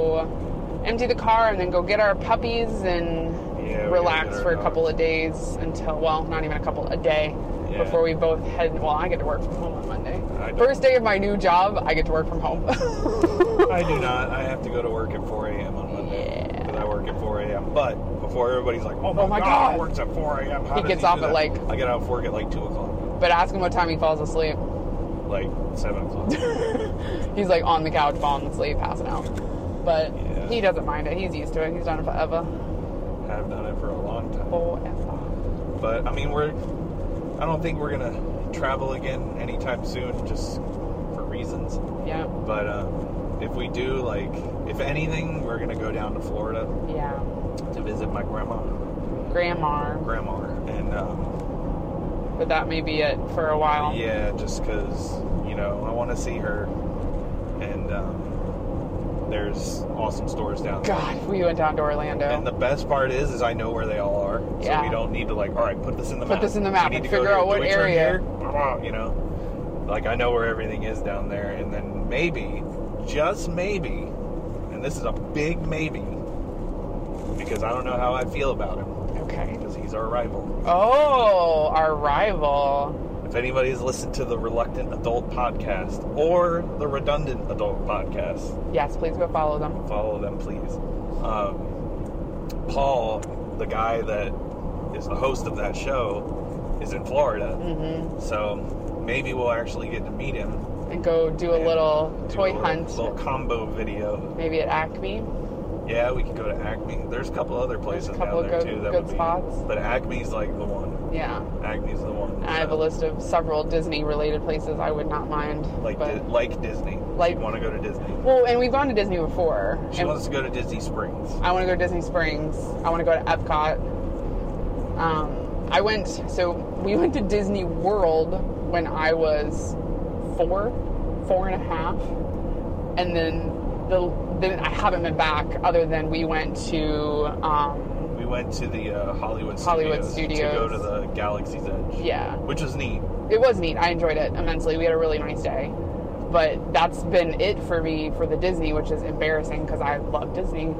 Speaker 2: go empty the car and then go get our puppies and
Speaker 3: Yeah, we gotta
Speaker 2: relax
Speaker 3: get
Speaker 2: for
Speaker 3: our
Speaker 2: a couple
Speaker 3: dogs.
Speaker 2: of days until well, not even a couple a day
Speaker 3: Yeah.
Speaker 2: before we both head. Well, I get to work from home on Monday.
Speaker 3: I don't.
Speaker 2: First day of my new job, I get to work from home.
Speaker 3: I do not. I have to go to work at 4 a.m. on Monday
Speaker 2: Yeah.
Speaker 3: because I work at 4 a.m. But before everybody's like, "Oh my,
Speaker 2: Oh my
Speaker 3: God,
Speaker 2: God.
Speaker 3: it works at 4 a.m." How
Speaker 2: He
Speaker 3: does
Speaker 2: gets
Speaker 3: do
Speaker 2: off at,
Speaker 3: that?"
Speaker 2: like-
Speaker 3: I get off work at like two o'clock,
Speaker 2: but ask him what time he falls asleep.
Speaker 3: like seven o'clock.
Speaker 2: He's like on the couch, falling asleep, passing out. But
Speaker 3: Yeah.
Speaker 2: he doesn't mind it. He's used to it. He's done it forever.
Speaker 3: I've done it for a long time.
Speaker 2: Forever.
Speaker 3: But I mean, we're. I don't think we're gonna travel again anytime soon, just for reasons.
Speaker 2: Yeah.
Speaker 3: But um, if we do, like, if anything, we're gonna go down to Florida
Speaker 2: Yeah.
Speaker 3: to visit my grandma,
Speaker 2: Grandma.
Speaker 3: grandma, and um,
Speaker 2: But that may be it for a while.
Speaker 3: yeah, just because you know I want to see her, and um, there's awesome stores down there.
Speaker 2: God, we went down to Orlando.
Speaker 3: And the best part is, is I know where they all are, so
Speaker 2: Yeah.
Speaker 3: we don't need to like, all right, put this in the
Speaker 2: Put
Speaker 3: map.
Speaker 2: this in the
Speaker 3: We
Speaker 2: map
Speaker 3: need
Speaker 2: and
Speaker 3: to go
Speaker 2: figure
Speaker 3: here.
Speaker 2: out
Speaker 3: Do
Speaker 2: what
Speaker 3: we turn
Speaker 2: area.
Speaker 3: here? Blah, blah, You know, like I know where everything is down there, and then maybe, just maybe, and this is a big maybe, because I don't know how I feel about him
Speaker 2: okay.
Speaker 3: because he's our rival.
Speaker 2: Oh, our rival.
Speaker 3: If anybody's listened to the Reluctant Adult podcast or the Redundant Adult podcast,
Speaker 2: Yes, please go follow them.
Speaker 3: follow them, please. Um, Paul, the guy that is the host of that show, is in Florida,
Speaker 2: hmm
Speaker 3: so maybe we'll actually get to meet him.
Speaker 2: And go do a
Speaker 3: and
Speaker 2: little
Speaker 3: do a
Speaker 2: toy
Speaker 3: little-
Speaker 2: hunt.
Speaker 3: little combo video.
Speaker 2: Maybe at Acme.
Speaker 3: Yeah, Yeah, we could go to Acme. There's a couple other places
Speaker 2: a couple
Speaker 3: down
Speaker 2: of
Speaker 3: there
Speaker 2: good-
Speaker 3: too that
Speaker 2: good
Speaker 3: would be,
Speaker 2: spots.
Speaker 3: but Acme's like the one.
Speaker 2: Yeah.
Speaker 3: Acme's the one.
Speaker 2: I have a list of several Disney related places I would not mind.
Speaker 3: like
Speaker 2: but,
Speaker 3: Di- like Disney.
Speaker 2: Like-
Speaker 3: Like want to go to Disney.
Speaker 2: well, and we've gone to Disney before.
Speaker 3: She
Speaker 2: and
Speaker 3: wants to go to Disney Springs.
Speaker 2: I want to go to Disney Springs. I want to go to Epcot. Um, I went, so we went to Disney World when I was four, four and a half. And then the, then I haven't been back other than we went to, um,
Speaker 3: We went to the uh, Hollywood Studios
Speaker 2: Hollywood
Speaker 3: to go to
Speaker 2: Studios.
Speaker 3: the Galaxy's Edge.
Speaker 2: yeah,
Speaker 3: which was neat.
Speaker 2: it was neat. I enjoyed it immensely. We had a really nice day. But that's been it for me for the Disney, which is embarrassing because I love Disney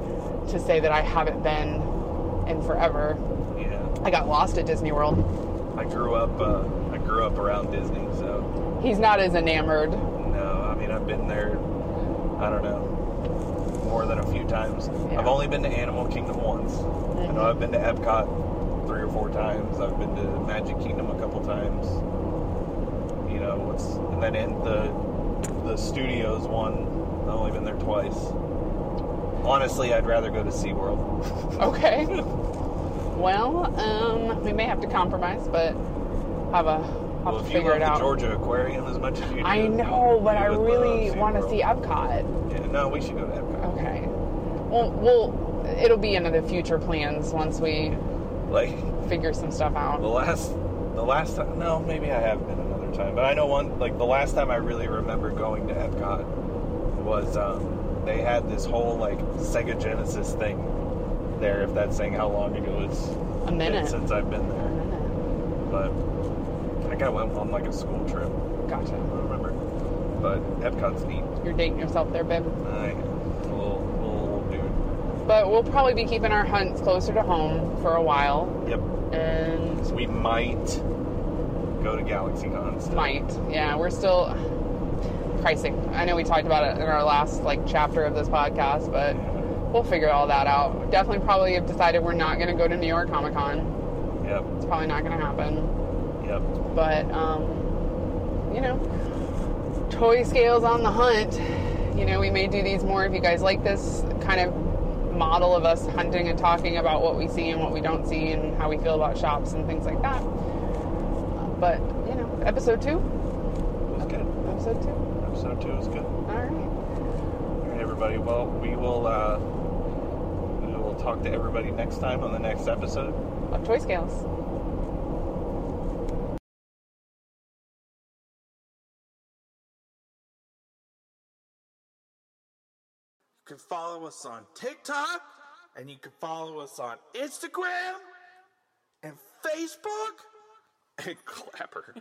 Speaker 2: to say that I haven't been in forever.
Speaker 3: Yeah,
Speaker 2: I got lost at Disney World.
Speaker 3: I grew up. Uh, I grew up around Disney, so
Speaker 2: He's not as enamored.
Speaker 3: no. I mean, I've been there. I don't know more than a few times.
Speaker 2: Yeah.
Speaker 3: I've only been to Animal Kingdom once. I know I've been to Epcot three or four times. I've been to Magic Kingdom a couple times. You know what's and then in the the studios one. I've only been there twice. Honestly, I'd rather go to SeaWorld.
Speaker 2: Okay. well, um, we may have to compromise, but have a have
Speaker 3: Well, if
Speaker 2: to
Speaker 3: you
Speaker 2: figure
Speaker 3: love
Speaker 2: it
Speaker 3: the
Speaker 2: out.
Speaker 3: Georgia Aquarium as much as you do,
Speaker 2: I know, but
Speaker 3: you
Speaker 2: I
Speaker 3: would
Speaker 2: really
Speaker 3: love
Speaker 2: want to
Speaker 3: SeaWorld.
Speaker 2: see Epcot.
Speaker 3: Yeah, no, we should go to Epcot.
Speaker 2: Okay. Well, well, it'll be into the future plans once we
Speaker 3: Like
Speaker 2: figure some stuff out.
Speaker 3: the last, the last time. No, maybe I have been another time, but I know one. Like the last time I really remember going to Epcot was um, they had this whole like Sega Genesis thing there. If that's saying how long ago it's
Speaker 2: A
Speaker 3: been
Speaker 2: minute.
Speaker 3: since I've been
Speaker 2: A
Speaker 3: there,
Speaker 2: minute.
Speaker 3: but I think I went on like a school trip. I
Speaker 2: Gotcha.
Speaker 3: don't remember, but Epcot's neat.
Speaker 2: You're dating yourself there, babe.
Speaker 3: I, a little, little old dude.
Speaker 2: But we'll probably be keeping our hunts closer to home for a while,
Speaker 3: Yep.
Speaker 2: and
Speaker 3: So we might go to GalaxyCon. Still.
Speaker 2: might. Yeah, we're still pricing. I know we talked about it in our last like chapter of this podcast, but we'll figure all that out. Definitely, probably have decided we're not going to go to New York Comic Con.
Speaker 3: Yep.
Speaker 2: It's probably not going to happen.
Speaker 3: Yep.
Speaker 2: But um, you know, toy scales on the hunt. You know, we may do these more if you guys like this kind of model of us hunting and talking about what we see and what we don't see and how we feel about shops and things like that. But you know, episode two.
Speaker 3: It was good.
Speaker 2: Episode two.
Speaker 3: Episode two was good. All
Speaker 2: All right.
Speaker 3: right, everybody. Well, we will. Uh, we will talk to everybody next time on the next episode.
Speaker 2: Of toy scales.
Speaker 4: You can follow us on TikTok, and you can follow us on Instagram, and Facebook, and Clapper.